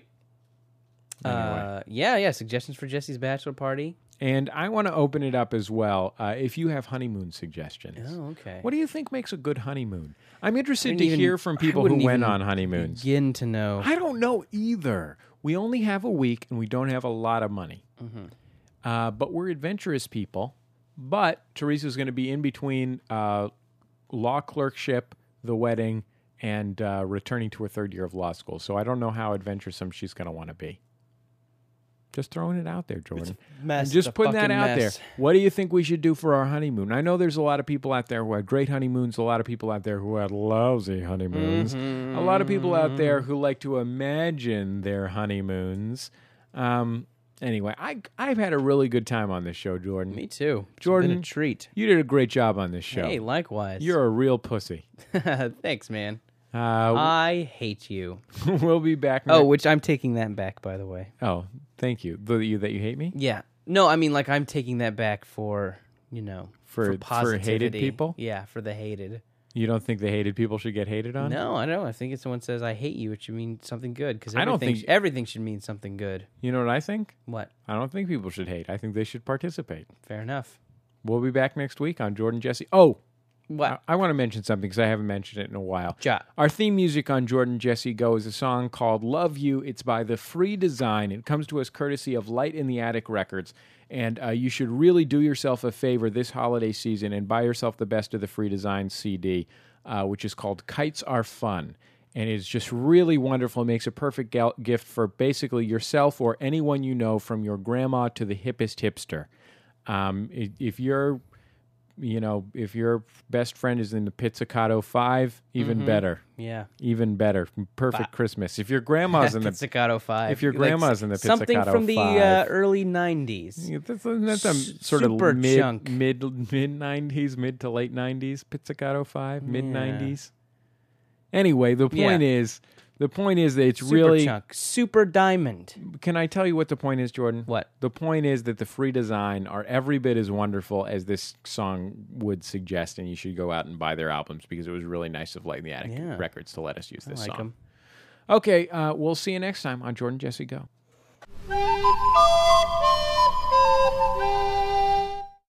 Anyway.
Uh, yeah, yeah. Suggestions for Jesse's bachelor party.
And I want to open it up as well. Uh, if you have honeymoon suggestions,
Oh, okay.
what do you think makes a good honeymoon? I'm
I
interested
didn't
to
even-
hear from
I
people who
wouldn't
went
even
on honeymoons.
Begin to know.
I don't know either. We only have a week and we don't have a lot of money.
Mm-hmm.
Uh, but we're adventurous people. But Teresa's going to be in between uh, law clerkship, the wedding, and uh, returning to her third year of law school. So I don't know how adventuresome she's going to want to be. Just throwing it out there, Jordan.
mess,
I'm
it's
just
a
putting that
fucking
out
mess.
there. What do you think we should do for our honeymoon? I know there's a lot of people out there who had great honeymoons, a lot of people out there who had lousy honeymoons,
Mm-hmm.
a lot of people out there who like to imagine their honeymoons. Um, anyway, I, I've had a really good time on this show, Jordan. Me
too.
Jordan,
been a treat.
You did a great job on this show.
Hey, likewise.
You're a real pussy.
Thanks, man.
Uh,
I hate you.
we'll be back.
Oh,
ne-
which I'm taking that back, by the way.
Oh, thank you. The, you that you hate me?
Yeah. No, I mean, like, I'm taking that back for, you know,
For- for hated
positivity.
people?
Yeah, for the hated.
You don't think the hated people should get hated on?
No, I don't. I think if someone says, I hate you, it should mean something good. Because
I don't
everything,
think-
everything should mean something good.
You know what I think?
What?
I don't think people should hate. I think they should participate.
Fair enough.
We'll be back next week on Jordan Jesse. Oh,
what?
I, want to mention something because I haven't mentioned it in a while.
Ja.
Our theme music on Jordan Jesse Go is a song called "Love You." It's by The Free Design. It comes to us courtesy of Light in the Attic Records. And uh, you should really do yourself a favor this holiday season and buy yourself the best of the Free Design CD, uh, which is called "Kites Are Fun." and it's just really wonderful. It makes a perfect gal- gift for basically yourself or anyone you know, from your grandma to the hippest hipster. Um, i- if you're, you know, if your best friend is in the pizzicato five, even
Mhm.
better.
Yeah.
even better. Perfect
Fi-
Christmas. If your grandma's in the
Pizzicato Five.
if your
Like,
grandma's in the
something
pizzicato
from the
five,
Uh, early '90s.
that's a, that's a
S-
sort
super
of mid
chunk.
mid mid nineties, mid to late nineties, pizzicato five, mid
Yeah.
nineties. Anyway, the
Yeah.
point is, the point is that it's
Super
really
chunk. super diamond.
Can I tell you what the point is, Jordan?
What
the point is that the free design are every bit as wonderful as this song would suggest, and you should go out and buy their albums because it was really nice of Light in the Attic
Yeah.
Records to let us use
I
this
like
song.
'em.
Okay, uh, we'll see you next time on Jordan Jesse Go.
Thank you.